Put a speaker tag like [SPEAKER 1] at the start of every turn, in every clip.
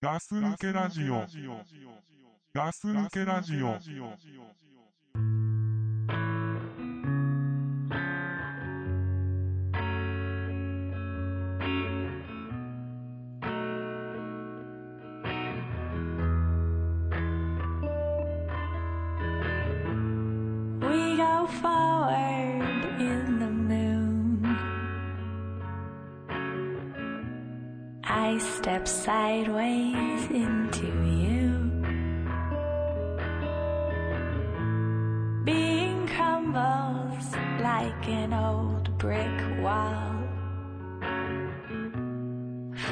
[SPEAKER 1] ガス抜けラジオ。ガス抜けラジオ。
[SPEAKER 2] We go forward in the moon. I step sideways into you. Being crumbles like an old brick wall.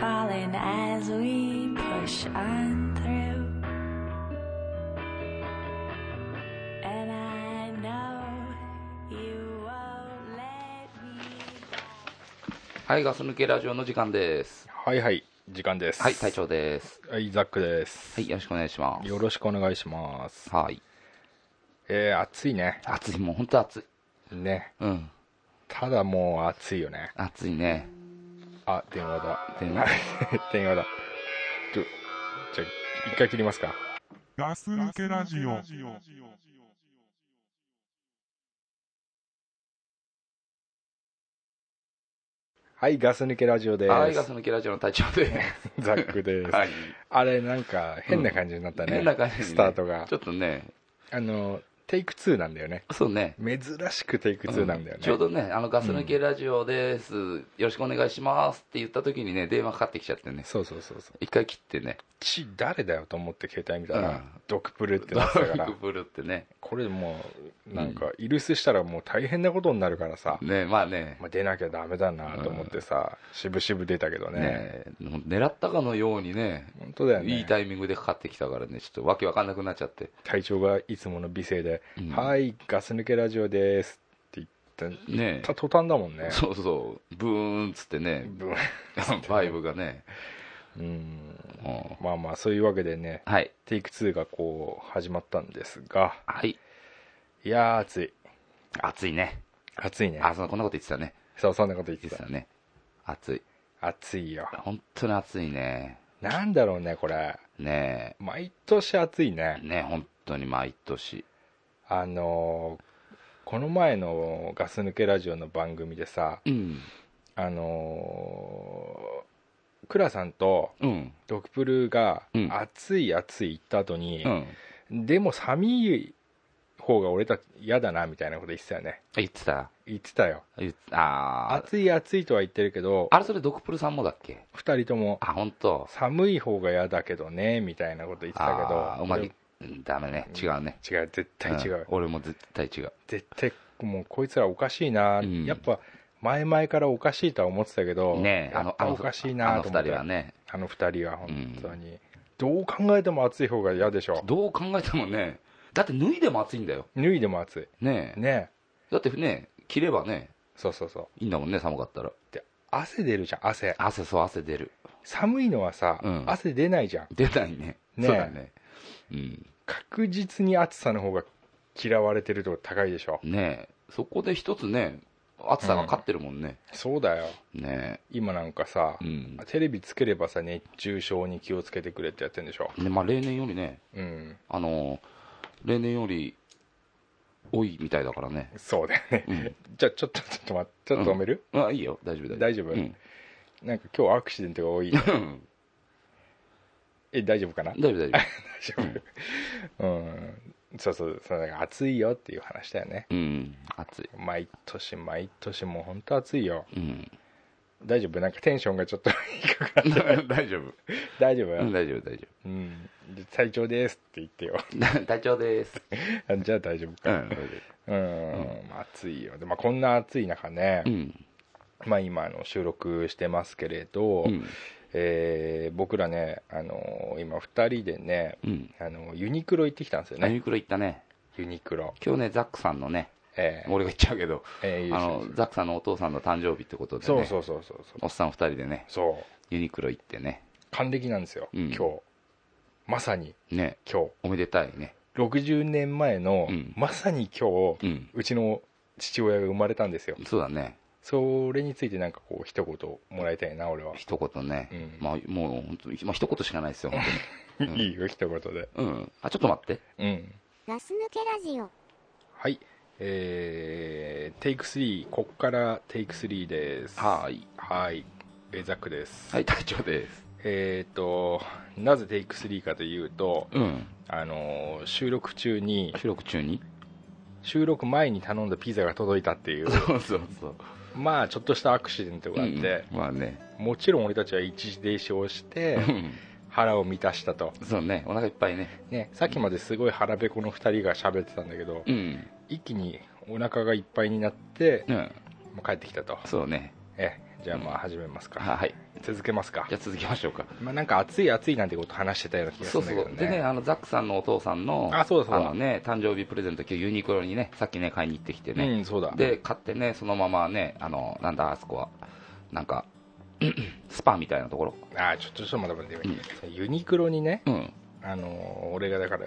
[SPEAKER 2] Falling as we push on through. And I know you won't let me.
[SPEAKER 3] はい、ガス抜けラジオの時間です。
[SPEAKER 4] はいはい、時間です。
[SPEAKER 3] はい、隊長です。
[SPEAKER 4] はい、ザックです。
[SPEAKER 3] はい、よろしくお願いします。
[SPEAKER 4] よろしくお願いします。
[SPEAKER 3] はい。
[SPEAKER 4] えー、暑いね。
[SPEAKER 3] 暑い、もう本当暑い。
[SPEAKER 4] ね。
[SPEAKER 3] うん。
[SPEAKER 4] ただもう暑いよね。
[SPEAKER 3] 暑いね。
[SPEAKER 4] あ、電話だ。
[SPEAKER 3] 電話
[SPEAKER 4] 電話だ。ちょ、じゃあ、一回切りますか。
[SPEAKER 1] ガス抜けラジオ。
[SPEAKER 4] はい、ガス抜けラジオです。
[SPEAKER 3] はい、ガス抜けラジオの隊長です。
[SPEAKER 4] ザックです。
[SPEAKER 3] はい。
[SPEAKER 4] あれ、なんか、変な感じになったね。
[SPEAKER 3] 変な感じ、ね、
[SPEAKER 4] スタートが
[SPEAKER 3] ちょ。っとね、
[SPEAKER 4] あの、テイク2なんだよね。
[SPEAKER 3] そうね。
[SPEAKER 4] 珍しくテイク2なんだよね。
[SPEAKER 3] ちょうどね、あのガス抜けラジオです、よろしくお願いしますって言った時にね、電話かかってきちゃってね、
[SPEAKER 4] そうそうそうそう。
[SPEAKER 3] 一回切ってね、
[SPEAKER 4] ち、誰だよと思って携帯見たら、
[SPEAKER 3] うん
[SPEAKER 4] ドクプルって
[SPEAKER 3] ド
[SPEAKER 4] なってたか
[SPEAKER 3] ラ
[SPEAKER 4] ら
[SPEAKER 3] グ。ブルってね、
[SPEAKER 4] これもうなんかイルスしたらもう大変なことになるからさ、
[SPEAKER 3] ね、まあね、
[SPEAKER 4] まあ、出なきゃダメだなと思ってさ、渋々出たけどね
[SPEAKER 3] ね、狙ったかのようにね、
[SPEAKER 4] 本当だよね
[SPEAKER 3] いいタイミングでかかってきたからね、ちょっとわけわかんなくなっちゃって、
[SPEAKER 4] 体調がいつもの美声で「
[SPEAKER 3] うん
[SPEAKER 4] はいガス抜けラジオです」って言った,、
[SPEAKER 3] ね
[SPEAKER 4] た途端だもんね
[SPEAKER 3] そうそう、ブーンっつってね、
[SPEAKER 4] ぶ
[SPEAKER 3] バイブがね、
[SPEAKER 4] うん
[SPEAKER 3] うん
[SPEAKER 4] まあまあそういうわけでね
[SPEAKER 3] はい、
[SPEAKER 4] テイク2がこう始まったんですが
[SPEAKER 3] はい、
[SPEAKER 4] いやー暑い
[SPEAKER 3] 暑いね、
[SPEAKER 4] 暑いね
[SPEAKER 3] あ、そうこんなこと言ってたね、
[SPEAKER 4] そうそんなこと言っ
[SPEAKER 3] 言
[SPEAKER 4] て
[SPEAKER 3] って
[SPEAKER 4] た
[SPEAKER 3] たね、暑い、
[SPEAKER 4] 暑いよ
[SPEAKER 3] 本当に暑いね、
[SPEAKER 4] なんだろうねこれ
[SPEAKER 3] ね
[SPEAKER 4] 毎年暑いね
[SPEAKER 3] え、ねえ本当に毎年、
[SPEAKER 4] あのーこの前のガス抜けラジオの番組でさ
[SPEAKER 3] うん、
[SPEAKER 4] あのークラさんと
[SPEAKER 3] うん、
[SPEAKER 4] ドクプルが
[SPEAKER 3] うん
[SPEAKER 4] 暑い暑い言った後に
[SPEAKER 3] う、ん、
[SPEAKER 4] でも寒い方が俺たち嫌だなみたいなこと言ってたよね
[SPEAKER 3] 言ってた、
[SPEAKER 4] 言ってたよ
[SPEAKER 3] 言ってあー
[SPEAKER 4] 暑い暑いとは言ってるけど
[SPEAKER 3] あれ、それ、ドクプルさんもだっけ
[SPEAKER 4] 2人とも
[SPEAKER 3] あ、本当。
[SPEAKER 4] 寒い方が嫌だけどねみたいなこと言ってたけ
[SPEAKER 3] あー
[SPEAKER 4] ど
[SPEAKER 3] うま
[SPEAKER 4] 俺
[SPEAKER 3] いうんダメね違うね
[SPEAKER 4] 違う絶対違う、
[SPEAKER 3] ん俺も絶対違う
[SPEAKER 4] 絶対もうこいつらおかしいな、
[SPEAKER 3] うん
[SPEAKER 4] やっぱ前々からおかしいとは思ってたけど、
[SPEAKER 3] ねえ
[SPEAKER 4] やっぱおかしいなと思っ
[SPEAKER 3] あの二
[SPEAKER 4] て
[SPEAKER 3] 人はね
[SPEAKER 4] あの二人は本当に、どう考えても暑い方が嫌でしょ
[SPEAKER 3] どう考えてもねだって脱いでも暑いんだよ
[SPEAKER 4] 脱いでも暑
[SPEAKER 3] ね
[SPEAKER 4] い
[SPEAKER 3] え
[SPEAKER 4] ね
[SPEAKER 3] だってね着ればね
[SPEAKER 4] そうそうそう
[SPEAKER 3] いいんだもんね寒かったら
[SPEAKER 4] で汗出るじゃん汗
[SPEAKER 3] 汗そう汗出る
[SPEAKER 4] 寒いのはさ、
[SPEAKER 3] うん
[SPEAKER 4] 汗出ないじゃん
[SPEAKER 3] 出ないね
[SPEAKER 4] ねえ
[SPEAKER 3] そうだねうん
[SPEAKER 4] 確実に暑さの方が嫌われてるとこ高いでしょ
[SPEAKER 3] ねえそこで一つね暑さが勝ってるもんね、
[SPEAKER 4] そうだよ
[SPEAKER 3] ね
[SPEAKER 4] 今なんかさ、
[SPEAKER 3] えうん
[SPEAKER 4] テレビつければさ熱中症に気をつけてくれってやってんでしょ
[SPEAKER 3] でまあ例年よりね
[SPEAKER 4] うん
[SPEAKER 3] あの例年より多いみたいだからね
[SPEAKER 4] そうだよね、
[SPEAKER 3] うん
[SPEAKER 4] じゃあちょっとちょっと待ってちょっと止める、
[SPEAKER 3] あいいよ大丈夫
[SPEAKER 4] 大丈夫
[SPEAKER 3] うん
[SPEAKER 4] なんか今日アクシデントが 多い。え、大丈夫かな大
[SPEAKER 3] 大丈夫大丈夫
[SPEAKER 4] 丈夫。うん。そうそう、そうだから暑いよっていう話だよね。
[SPEAKER 3] うん暑い
[SPEAKER 4] 毎年毎年もう本当暑いよ。
[SPEAKER 3] うん
[SPEAKER 4] 大丈夫なんかテンションがちょっと低くなって。
[SPEAKER 3] 大丈夫
[SPEAKER 4] 大丈夫
[SPEAKER 3] うん大丈夫大丈
[SPEAKER 4] うん。で隊長ですって言ってよ。
[SPEAKER 3] 夫隊長です
[SPEAKER 4] あじゃあ大丈夫
[SPEAKER 3] う
[SPEAKER 4] か。
[SPEAKER 3] ん大丈
[SPEAKER 4] うん。まあ暑いよ。で、まあこんな暑い中ね
[SPEAKER 3] 夫う、ん
[SPEAKER 4] まあ今あの収録してますけれど、
[SPEAKER 3] うん
[SPEAKER 4] えー僕らね、あのー今二人でね、
[SPEAKER 3] うん
[SPEAKER 4] あのユニクロ行ってきたんですよ
[SPEAKER 3] ユ
[SPEAKER 4] ね。
[SPEAKER 3] ニクロ行ったね
[SPEAKER 4] ユニクロ。
[SPEAKER 3] 今日ねザックさんのね
[SPEAKER 4] えー
[SPEAKER 3] 俺が言っちゃうけど
[SPEAKER 4] えー
[SPEAKER 3] あのザックさんのお父さんの誕生日ってことでね
[SPEAKER 4] そうそうそうそうそう
[SPEAKER 3] おっさん二人でね
[SPEAKER 4] そう
[SPEAKER 3] ユニクロ行ってね
[SPEAKER 4] 還暦なんですよ、
[SPEAKER 3] うん
[SPEAKER 4] 今日まさに
[SPEAKER 3] ね
[SPEAKER 4] 今
[SPEAKER 3] おめでたいね
[SPEAKER 4] 日60年前の、
[SPEAKER 3] うん
[SPEAKER 4] まさに今日、
[SPEAKER 3] うん
[SPEAKER 4] うちの父親が生まれたんですよ
[SPEAKER 3] そうだね
[SPEAKER 4] それについてなんかこう一言もらいたいな俺は、
[SPEAKER 3] 一言ね、
[SPEAKER 4] うん
[SPEAKER 3] まあもう本当に、まあ、一言しかないですよ、本う ん
[SPEAKER 4] いいよ一言で
[SPEAKER 3] 当にうん、あちょっと待って、
[SPEAKER 4] うん
[SPEAKER 5] ガス抜けラジオ。
[SPEAKER 4] はいえー、テイク3こっからテイク3です
[SPEAKER 3] はーい、
[SPEAKER 4] はいえーザックです、
[SPEAKER 3] はい、隊長です、
[SPEAKER 4] えっ、となぜテイク3かというと
[SPEAKER 3] うん、
[SPEAKER 4] あのー収録中に
[SPEAKER 3] 収録中に、
[SPEAKER 4] 収録前に頼んだピザが届いた っていう
[SPEAKER 3] そうそうそう、
[SPEAKER 4] まあちょっとしたアクシデントがあって、
[SPEAKER 3] うんまあね、
[SPEAKER 4] もちろん俺たちは一時停止をして
[SPEAKER 3] うん
[SPEAKER 4] 腹を満たしたと、
[SPEAKER 3] そうね、お腹いっぱいね、
[SPEAKER 4] ね、さっきまですごい腹ペコの2人が喋ってたんだけど、
[SPEAKER 3] うん、
[SPEAKER 4] 一気にお腹がいっぱいになって、
[SPEAKER 3] うん、
[SPEAKER 4] もう帰ってきたと
[SPEAKER 3] そうね、
[SPEAKER 4] ええじゃあまあ始めますか、
[SPEAKER 3] ははい、
[SPEAKER 4] 続けますか
[SPEAKER 3] じゃあ続きましょうか、
[SPEAKER 4] まあ、なんか暑い暑いなんてこと話してたような気がす
[SPEAKER 3] そ
[SPEAKER 4] る
[SPEAKER 3] うん
[SPEAKER 4] だけ
[SPEAKER 3] そ
[SPEAKER 4] ど
[SPEAKER 3] う、でね、あのザックさんのお父さんの、
[SPEAKER 4] あそうだそうだ
[SPEAKER 3] のね、誕生日プレゼント、今日ユニクロにね、さっきね、買いに行ってきてね、
[SPEAKER 4] うんそうだ
[SPEAKER 3] で買ってねそのままねあのなんだあそこはなんか スパみたいなところ
[SPEAKER 4] ああちょっとちょっと待って待って、ユニクロにね
[SPEAKER 3] うん
[SPEAKER 4] あのー俺がだから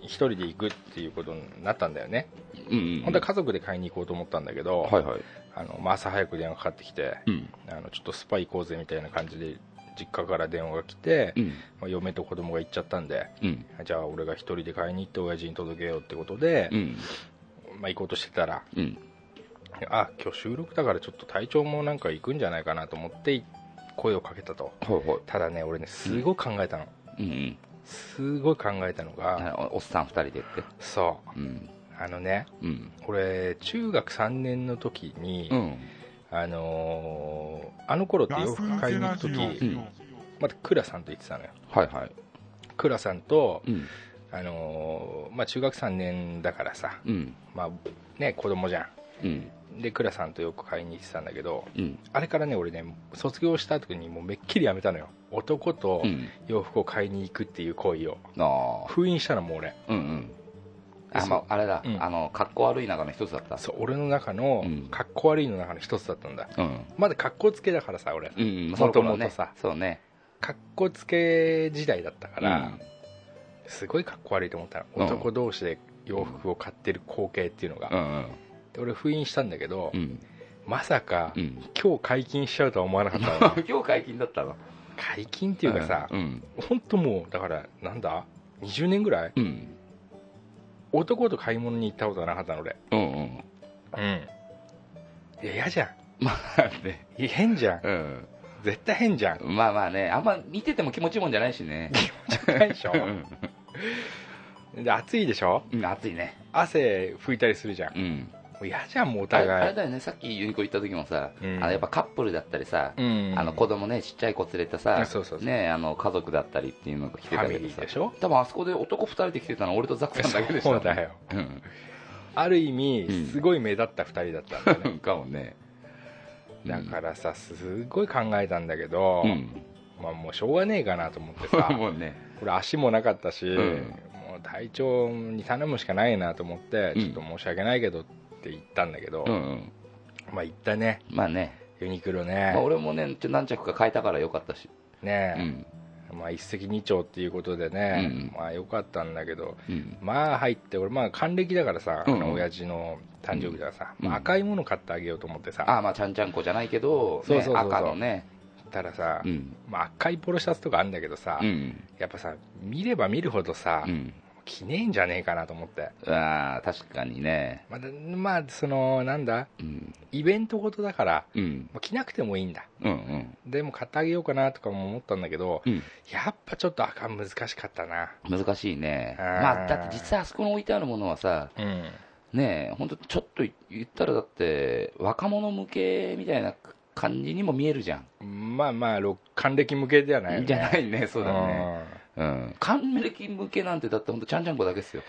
[SPEAKER 4] 一人で行くっていうことになったんだよね、
[SPEAKER 3] うん
[SPEAKER 4] 本当は家族で買いに行こうと思ったんだけど、
[SPEAKER 3] はいはい
[SPEAKER 4] あのまあ、朝早く電話かかってきて
[SPEAKER 3] うん
[SPEAKER 4] あのちょっとスパ行こうぜみたいな感じで実家から電話が来て、
[SPEAKER 3] うん
[SPEAKER 4] まあ、嫁と子供が行っちゃったんで
[SPEAKER 3] うん
[SPEAKER 4] じゃあ俺が一人で買いに行って親父に届けようってことで
[SPEAKER 3] う、ん
[SPEAKER 4] まあ、行こうとしてたら
[SPEAKER 3] うん
[SPEAKER 4] あ今日収録だからちょっと体調もなんか行くんじゃないかなと思って声をかけたと
[SPEAKER 3] はいは
[SPEAKER 4] ただね俺ねすごい考えたの、
[SPEAKER 3] いうんうん
[SPEAKER 4] すごい考えたのが
[SPEAKER 3] あおおっさん二人でって
[SPEAKER 4] そ
[SPEAKER 3] うん
[SPEAKER 4] うあのね
[SPEAKER 3] うん
[SPEAKER 4] 俺中学3年の時に、
[SPEAKER 3] うん
[SPEAKER 4] あのーあの頃って
[SPEAKER 1] ガ
[SPEAKER 4] 洋
[SPEAKER 1] ス
[SPEAKER 4] 服
[SPEAKER 1] 抜
[SPEAKER 4] 買い
[SPEAKER 1] け
[SPEAKER 4] に行
[SPEAKER 1] ラ
[SPEAKER 4] く
[SPEAKER 1] ジオ。
[SPEAKER 4] 時、
[SPEAKER 3] うん
[SPEAKER 4] また倉さんと言ってたのよ
[SPEAKER 3] はいはい
[SPEAKER 4] 倉さんと、
[SPEAKER 3] うん
[SPEAKER 4] あのーまあ、中学3年だからさ、
[SPEAKER 3] うん
[SPEAKER 4] まあね、子供じゃ
[SPEAKER 3] うん
[SPEAKER 4] んで倉さんとよく買いに行ってたんだけど
[SPEAKER 3] うん
[SPEAKER 4] あれからね俺ね卒業した時にもうめっきりやめたのよ男と
[SPEAKER 3] うん
[SPEAKER 4] 洋服を買いに行くっていう行為を
[SPEAKER 3] ああ
[SPEAKER 4] 封印したのもう俺
[SPEAKER 3] うんうんあ
[SPEAKER 4] そう
[SPEAKER 3] まああれだ
[SPEAKER 4] うん
[SPEAKER 3] あの格好悪い中の一つだった
[SPEAKER 4] そう俺の中の
[SPEAKER 3] うん
[SPEAKER 4] かっこ悪いの中の一つだったんだ
[SPEAKER 3] うん
[SPEAKER 4] まだ格好つけだからさ俺
[SPEAKER 3] うんその頃ね
[SPEAKER 4] 元々さ
[SPEAKER 3] そうね
[SPEAKER 4] 格好つけ時代だったか、
[SPEAKER 3] から
[SPEAKER 4] すごい格好悪いと思った
[SPEAKER 3] う
[SPEAKER 4] の
[SPEAKER 3] ん
[SPEAKER 4] 男同士で洋服を買ってる光景っていうのが、
[SPEAKER 3] うん
[SPEAKER 4] で俺封印したんだけど、
[SPEAKER 3] うんうん
[SPEAKER 4] まさか、
[SPEAKER 3] うん
[SPEAKER 4] 今日解禁しちゃうとは思わなかったの
[SPEAKER 3] 今日解禁だったのっ
[SPEAKER 4] 解禁っていうかさ、
[SPEAKER 3] うん
[SPEAKER 4] 本当もうだからなんだ20年ぐらい
[SPEAKER 3] うん
[SPEAKER 4] 男と買い物に行ったことがなかったの俺
[SPEAKER 3] うんうん
[SPEAKER 4] うんいや嫌じゃん
[SPEAKER 3] まあね
[SPEAKER 4] いや変じゃん
[SPEAKER 3] うん
[SPEAKER 4] 絶対変じゃん
[SPEAKER 3] まあまあねあんま見てても気持ちいいもんじゃないしね
[SPEAKER 4] ないで しょ
[SPEAKER 3] う
[SPEAKER 4] で暑いでしょ
[SPEAKER 3] ん暑いね
[SPEAKER 4] 汗拭いたりするじゃんも
[SPEAKER 3] うん
[SPEAKER 4] う嫌じゃんもうお
[SPEAKER 3] あれあ
[SPEAKER 4] 互
[SPEAKER 3] れ
[SPEAKER 4] い
[SPEAKER 3] だよねさっきユニコ行った時もさあ
[SPEAKER 4] うん
[SPEAKER 3] のやっぱカップルだったりさ
[SPEAKER 4] うん
[SPEAKER 3] あの子供ねちっちゃい子連れたさ
[SPEAKER 4] あそうそうそう
[SPEAKER 3] ねあの家族だったりっていうのが来て
[SPEAKER 4] ファ
[SPEAKER 3] た
[SPEAKER 4] ミ
[SPEAKER 3] け
[SPEAKER 4] リ
[SPEAKER 3] ど
[SPEAKER 4] ー
[SPEAKER 3] さ
[SPEAKER 4] でしょ
[SPEAKER 3] 多分あそこで男2人で来てたの俺とザックさんだけでしょ
[SPEAKER 4] そうだよ
[SPEAKER 3] うん
[SPEAKER 4] ある意味
[SPEAKER 3] うん
[SPEAKER 4] すごい目立った2人だったんだよね、
[SPEAKER 3] かもね
[SPEAKER 4] だからさすごい考えたんだけど、
[SPEAKER 3] うん
[SPEAKER 4] まあ、もうしょうがねえかなと思ってさ
[SPEAKER 3] もうね
[SPEAKER 4] これ足もなかったし、
[SPEAKER 3] ん
[SPEAKER 4] もう体調に頼むしかないなと思って、
[SPEAKER 3] うん
[SPEAKER 4] ちょっと申し訳ないけどって言ったんだけど、
[SPEAKER 3] うんうん
[SPEAKER 4] まあ行ったね
[SPEAKER 3] まあね
[SPEAKER 4] ユニクロね、
[SPEAKER 3] まあ俺もねちょ何着か変えたからよかったしう
[SPEAKER 4] ね、
[SPEAKER 3] ん
[SPEAKER 4] まあ一石二鳥っていうことでね、
[SPEAKER 3] うん
[SPEAKER 4] まあ良かったんだけど
[SPEAKER 3] うん
[SPEAKER 4] まあ入って俺まあ還暦だからさ、
[SPEAKER 3] うん
[SPEAKER 4] あの親父の誕生日だからさ、
[SPEAKER 3] うん
[SPEAKER 4] まあ赤いもの買ってあげようと思ってさ、
[SPEAKER 3] あまあちゃんちゃんこじゃないけど、ね
[SPEAKER 4] そうそうそうそう
[SPEAKER 3] 赤のね、
[SPEAKER 4] たらさ、
[SPEAKER 3] うん
[SPEAKER 4] まあ、赤いポロシャツとかあるんだけどさ、
[SPEAKER 3] うん
[SPEAKER 4] やっぱさ見れば見るほどさ、
[SPEAKER 3] うん
[SPEAKER 4] 着ねえんじゃねえかなと思って
[SPEAKER 3] ああ確かにね
[SPEAKER 4] まだまあそのなんだ
[SPEAKER 3] うん
[SPEAKER 4] イベントごとだから
[SPEAKER 3] うん
[SPEAKER 4] まあ着なくてもいいんだ
[SPEAKER 3] うんうん
[SPEAKER 4] でも買ってあげようかなとかも思ったんだけど、
[SPEAKER 3] うん
[SPEAKER 4] やっぱちょっと赤難しかったな
[SPEAKER 3] 難しいね
[SPEAKER 4] あー
[SPEAKER 3] まあだって実際あそこに置いてあるものはさ
[SPEAKER 4] うん
[SPEAKER 3] ねえほんとちょっと言ったらだって若者向けみたいな感じにも見えるじゃん、
[SPEAKER 4] まあまあろ還暦向けではないよね
[SPEAKER 3] じゃないねそうだね
[SPEAKER 4] う
[SPEAKER 3] うん還暦向けなんてだってほんとちゃんちゃんこだけですよ
[SPEAKER 4] ん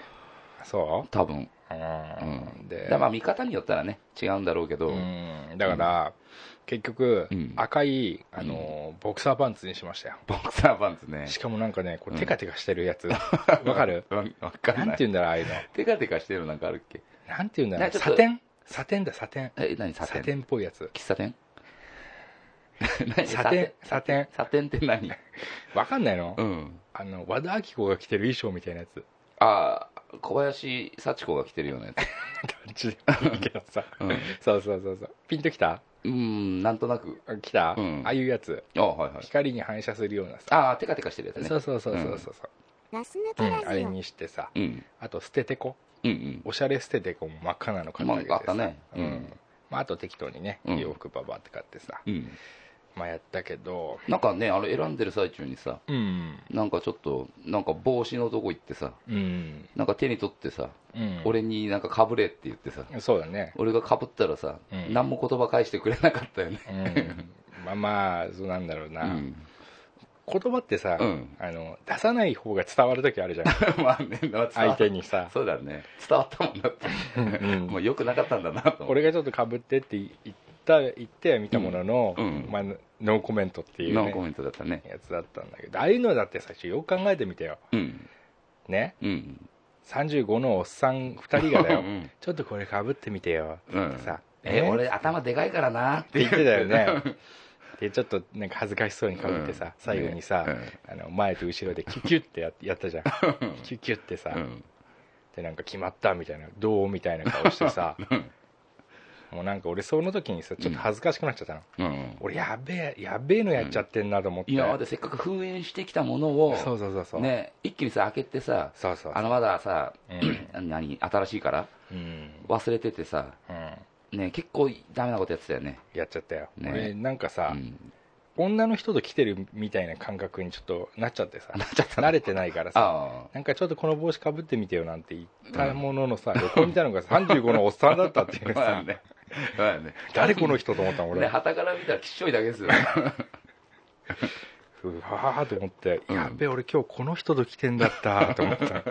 [SPEAKER 4] そ
[SPEAKER 3] 多分
[SPEAKER 4] う、うん
[SPEAKER 3] うん
[SPEAKER 4] で
[SPEAKER 3] だからまあ見方によったらね違うんだろうけど、
[SPEAKER 4] うんだから、結局、
[SPEAKER 3] うん
[SPEAKER 4] 赤い、あのボクサーパンツにしましたよ
[SPEAKER 3] ボクサーパンツね
[SPEAKER 4] しかもなんかねこ
[SPEAKER 3] う
[SPEAKER 4] うんテカテカしてるや つわ、かる
[SPEAKER 3] わわかん
[SPEAKER 4] な
[SPEAKER 3] ない
[SPEAKER 4] んて言うんだろうああいうの
[SPEAKER 3] テカテカしてるのなんかあるっけ
[SPEAKER 4] なんて言うんだろ
[SPEAKER 3] な
[SPEAKER 4] うん
[SPEAKER 3] かちょっ
[SPEAKER 4] サ
[SPEAKER 3] と
[SPEAKER 4] テンサテンだサテン
[SPEAKER 3] え、何サ
[SPEAKER 4] サ
[SPEAKER 3] テン
[SPEAKER 4] テンっぽいやつ
[SPEAKER 3] 喫 茶店何
[SPEAKER 4] サテンサテン
[SPEAKER 3] サテンって何
[SPEAKER 4] わかんないの、
[SPEAKER 3] うん。
[SPEAKER 4] あの和田アキ子が着てる衣装みたいなやつ
[SPEAKER 3] ああ、小林幸子が来て るようなやつ
[SPEAKER 4] 感じでも いいけどさ、
[SPEAKER 3] うん
[SPEAKER 4] そうそうそうそうピンときた
[SPEAKER 3] うんなんとなく
[SPEAKER 4] 来た、
[SPEAKER 3] うん
[SPEAKER 4] ああいうやつ
[SPEAKER 3] あはいはい
[SPEAKER 4] 光に反射するようなさ
[SPEAKER 3] ああテカテカしてるやつね
[SPEAKER 4] そうそうそうそうそう
[SPEAKER 5] ガス抜
[SPEAKER 4] う
[SPEAKER 5] け
[SPEAKER 4] んあ
[SPEAKER 5] ラジ
[SPEAKER 4] れ
[SPEAKER 5] オ。
[SPEAKER 4] にしてさ
[SPEAKER 3] うん
[SPEAKER 4] あと捨ててこ
[SPEAKER 3] うん
[SPEAKER 4] おしゃれ捨ててこも真っ赤なの買ってあげてさ、
[SPEAKER 3] まああったね
[SPEAKER 4] う
[SPEAKER 3] うんん
[SPEAKER 4] まあ、あと適当にね
[SPEAKER 3] うん
[SPEAKER 4] 洋服ババって買ってさ、
[SPEAKER 3] うんうん
[SPEAKER 4] まあやったけど
[SPEAKER 3] なんかねあれ選んでる最中にさ
[SPEAKER 4] うん
[SPEAKER 3] なんかちょっとなんか帽子のとこ行ってさ
[SPEAKER 4] うん、
[SPEAKER 3] なんか手に取ってさ
[SPEAKER 4] うん、
[SPEAKER 3] 俺になんかかぶれって言ってさ
[SPEAKER 4] そうだね
[SPEAKER 3] 俺がかぶったらさ、
[SPEAKER 4] うん
[SPEAKER 3] 何も言葉返してくれなかったよね
[SPEAKER 4] うん まあまあそうなんだろう
[SPEAKER 3] う
[SPEAKER 4] な、
[SPEAKER 3] ん
[SPEAKER 4] 言葉ってさ、
[SPEAKER 3] うん
[SPEAKER 4] あの出さない方が伝わる時あるじゃん
[SPEAKER 3] まあねまあ
[SPEAKER 4] 相手
[SPEAKER 3] に
[SPEAKER 4] にさ、
[SPEAKER 3] そうだね伝わったもんだって
[SPEAKER 4] うん
[SPEAKER 3] もう良くなかったんだなと思って
[SPEAKER 4] 俺がちょっとかぶってって言った言っては見たものの、
[SPEAKER 3] うんうん
[SPEAKER 4] まあ、ノーコメントっていう、
[SPEAKER 3] ノーコ
[SPEAKER 4] ね、
[SPEAKER 3] メントだったね
[SPEAKER 4] やつだったんだけどああいうのだって最初よく考えてみてよ
[SPEAKER 3] うん
[SPEAKER 4] ね
[SPEAKER 3] うん
[SPEAKER 4] 35のおっさん2人がだよ
[SPEAKER 3] うん
[SPEAKER 4] ちょっとこれかぶってみてよって言ってさ、
[SPEAKER 3] え俺頭でかいからなって
[SPEAKER 4] って言ってたよ ねでちょっとなんか恥ずかしそうにかぶってさ、
[SPEAKER 3] うん
[SPEAKER 4] 最後にさ、
[SPEAKER 3] ね
[SPEAKER 4] あの前と後ろでキュキュってややったじゃんキュキュってさ、
[SPEAKER 3] うん
[SPEAKER 4] でなんか決まったみたいなどうみたいな顔して さもうなんか俺その時にさちょっと恥ずかしくなっちゃったの、
[SPEAKER 3] うん
[SPEAKER 4] 俺やべえやべえのやっちゃってんなと思って、
[SPEAKER 3] 今までせっかく封印してきたものを
[SPEAKER 4] そうそうそうそう、
[SPEAKER 3] ね一気にさ開けてさ
[SPEAKER 4] そうそうそう
[SPEAKER 3] あのまださ
[SPEAKER 4] うん、
[SPEAKER 3] 何新しいから
[SPEAKER 4] うん
[SPEAKER 3] 忘れててさ
[SPEAKER 4] うん
[SPEAKER 3] ね結構ダメなことやってたよね
[SPEAKER 4] やっちゃったよ、
[SPEAKER 3] ね
[SPEAKER 4] 俺なんか
[SPEAKER 3] う
[SPEAKER 4] さ、
[SPEAKER 3] ん
[SPEAKER 4] 女の人と来てるみたいな感覚にちょっとなっちゃってさ
[SPEAKER 3] なっちゃった
[SPEAKER 4] 慣れてないからさ
[SPEAKER 3] あ
[SPEAKER 4] なんかちょっとこの帽子かぶってみてよなんて言ったもののさ、旅行みたいなの が35のおっさんだったってい
[SPEAKER 3] あ
[SPEAKER 4] うさ、
[SPEAKER 3] ねまあね
[SPEAKER 4] 誰この人と思ったの俺、
[SPEAKER 3] ね旗から見たらきっしょいだけですよね
[SPEAKER 4] うわーと思って、
[SPEAKER 3] うん
[SPEAKER 4] やっべえ俺今日この人と来てんだったと思った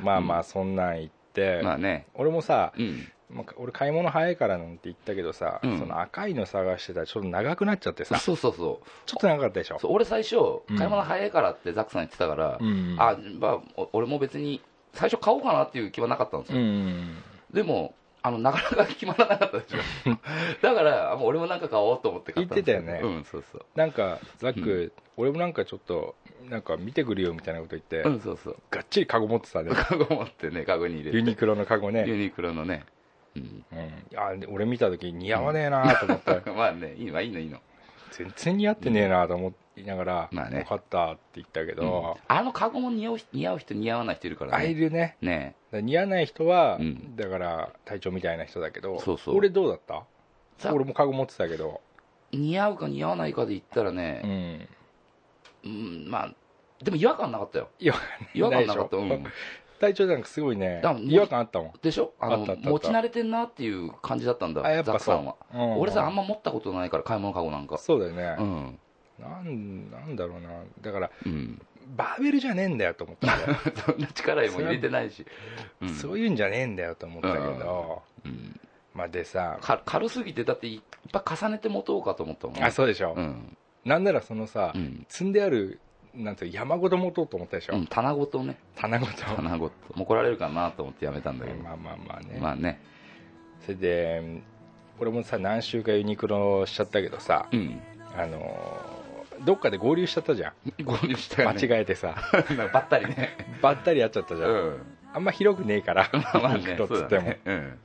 [SPEAKER 4] まあまあそんなん言って、
[SPEAKER 3] まあね
[SPEAKER 4] 俺もさ、
[SPEAKER 3] うん
[SPEAKER 4] まあ俺買い物早いからなんて言ったけどさ、
[SPEAKER 3] うん
[SPEAKER 4] その赤いの探してたらちょっと長くなっちゃってさちょ
[SPEAKER 3] そうそうそう
[SPEAKER 4] っと長かったでしょ
[SPEAKER 3] そう俺最初
[SPEAKER 4] うん
[SPEAKER 3] 買い物早いからってザックさん言ってたから、
[SPEAKER 4] うん
[SPEAKER 3] あまあ、お俺も別に最初買おうかなっていう気はなかったんです
[SPEAKER 4] う
[SPEAKER 3] よ、
[SPEAKER 4] ん
[SPEAKER 3] でもあのなかなか決まらなかったでしょ だからもう俺もなんか買おうと思って買ったんです
[SPEAKER 4] 言ってたよね
[SPEAKER 3] うんそうそう
[SPEAKER 4] なんかザック、
[SPEAKER 3] う
[SPEAKER 4] 俺もなんかちょっとなんか見てくるよみたいなこと言って、
[SPEAKER 3] うんそうそう
[SPEAKER 4] がっちりカゴ持ってたね
[SPEAKER 3] カゴ持ってねカゴに入れて
[SPEAKER 4] ユニクロのカゴね、
[SPEAKER 3] ユニクロのね、うん、
[SPEAKER 4] うん、あ俺見た時似合わねえなと思って、
[SPEAKER 3] まあねいいのいいのいいの、
[SPEAKER 4] 全然似合ってねえなと思いながら、
[SPEAKER 3] まあね
[SPEAKER 4] よかったって言ったけど、
[SPEAKER 3] あのカゴも似合う人似合う人似合わない人いるから
[SPEAKER 4] あい
[SPEAKER 3] ね
[SPEAKER 4] るね
[SPEAKER 3] ね
[SPEAKER 4] だから似合わない人は、
[SPEAKER 3] うん
[SPEAKER 4] だから隊長みたいな人だけど
[SPEAKER 3] そうそう
[SPEAKER 4] 俺どうだった
[SPEAKER 3] さ
[SPEAKER 4] 俺もカゴ持ってたけど、
[SPEAKER 3] 似合うか似合わないかで言ったら
[SPEAKER 4] う
[SPEAKER 3] ね、
[SPEAKER 4] ん、
[SPEAKER 3] うんまあでも違和感なかったよ
[SPEAKER 4] 違和
[SPEAKER 3] 違和
[SPEAKER 4] ない
[SPEAKER 3] 感
[SPEAKER 4] で
[SPEAKER 3] な
[SPEAKER 4] し
[SPEAKER 3] か
[SPEAKER 4] ょ
[SPEAKER 3] った、うん、
[SPEAKER 4] 隊長なんかすごいね
[SPEAKER 3] だからもう
[SPEAKER 4] 違和感あったもん
[SPEAKER 3] でしょあ
[SPEAKER 4] あったあ
[SPEAKER 3] の
[SPEAKER 4] ったあった
[SPEAKER 3] 持ち慣れてんなっていう感じだったんだ
[SPEAKER 4] あやっ
[SPEAKER 3] ザ
[SPEAKER 4] ぱ
[SPEAKER 3] ック
[SPEAKER 4] そ
[SPEAKER 3] さ
[SPEAKER 4] うん
[SPEAKER 3] は、
[SPEAKER 4] うん
[SPEAKER 3] 俺さあんま持ったことないから買い物カゴなんか
[SPEAKER 4] そうだよね、
[SPEAKER 3] うん、
[SPEAKER 4] なんなんだろうなだから
[SPEAKER 3] うん、
[SPEAKER 4] バーベルじゃねえんだよと思ったんだよ
[SPEAKER 3] そんな力も入れてないし、うん
[SPEAKER 4] そういうんじゃねえんだよと思ったけど、
[SPEAKER 3] うん
[SPEAKER 4] まあでさ
[SPEAKER 3] か軽すぎてだっていっぱい重ねて持とうかと思ったもん
[SPEAKER 4] あそうでしょ、
[SPEAKER 3] うん
[SPEAKER 4] なんならそのさ、
[SPEAKER 3] うん、
[SPEAKER 4] 積んであるなんていう山ごと持とうと思ったでしょ、
[SPEAKER 3] うん、棚ごとね
[SPEAKER 4] 棚ごと
[SPEAKER 3] 棚ごともう怒られるかなと思ってやめたんだけど、
[SPEAKER 4] まあまあまあね、
[SPEAKER 3] まあね
[SPEAKER 4] それで俺もさ何週かユニクロしちゃったけどさ、
[SPEAKER 3] うん
[SPEAKER 4] あのーどっかで合流しちゃったじゃん
[SPEAKER 3] 購入したよ、
[SPEAKER 4] 間
[SPEAKER 3] ね、
[SPEAKER 4] 違えてさ
[SPEAKER 3] 違いばった りね
[SPEAKER 4] ばったりやっちゃったじ
[SPEAKER 3] う
[SPEAKER 4] ゃん、
[SPEAKER 3] ん
[SPEAKER 4] あんま広くねえから
[SPEAKER 3] ま あ
[SPEAKER 4] ユニ
[SPEAKER 3] ね
[SPEAKER 4] クロっ
[SPEAKER 3] そ
[SPEAKER 4] つっ
[SPEAKER 3] う
[SPEAKER 4] て
[SPEAKER 3] だ
[SPEAKER 4] も、
[SPEAKER 3] ねうん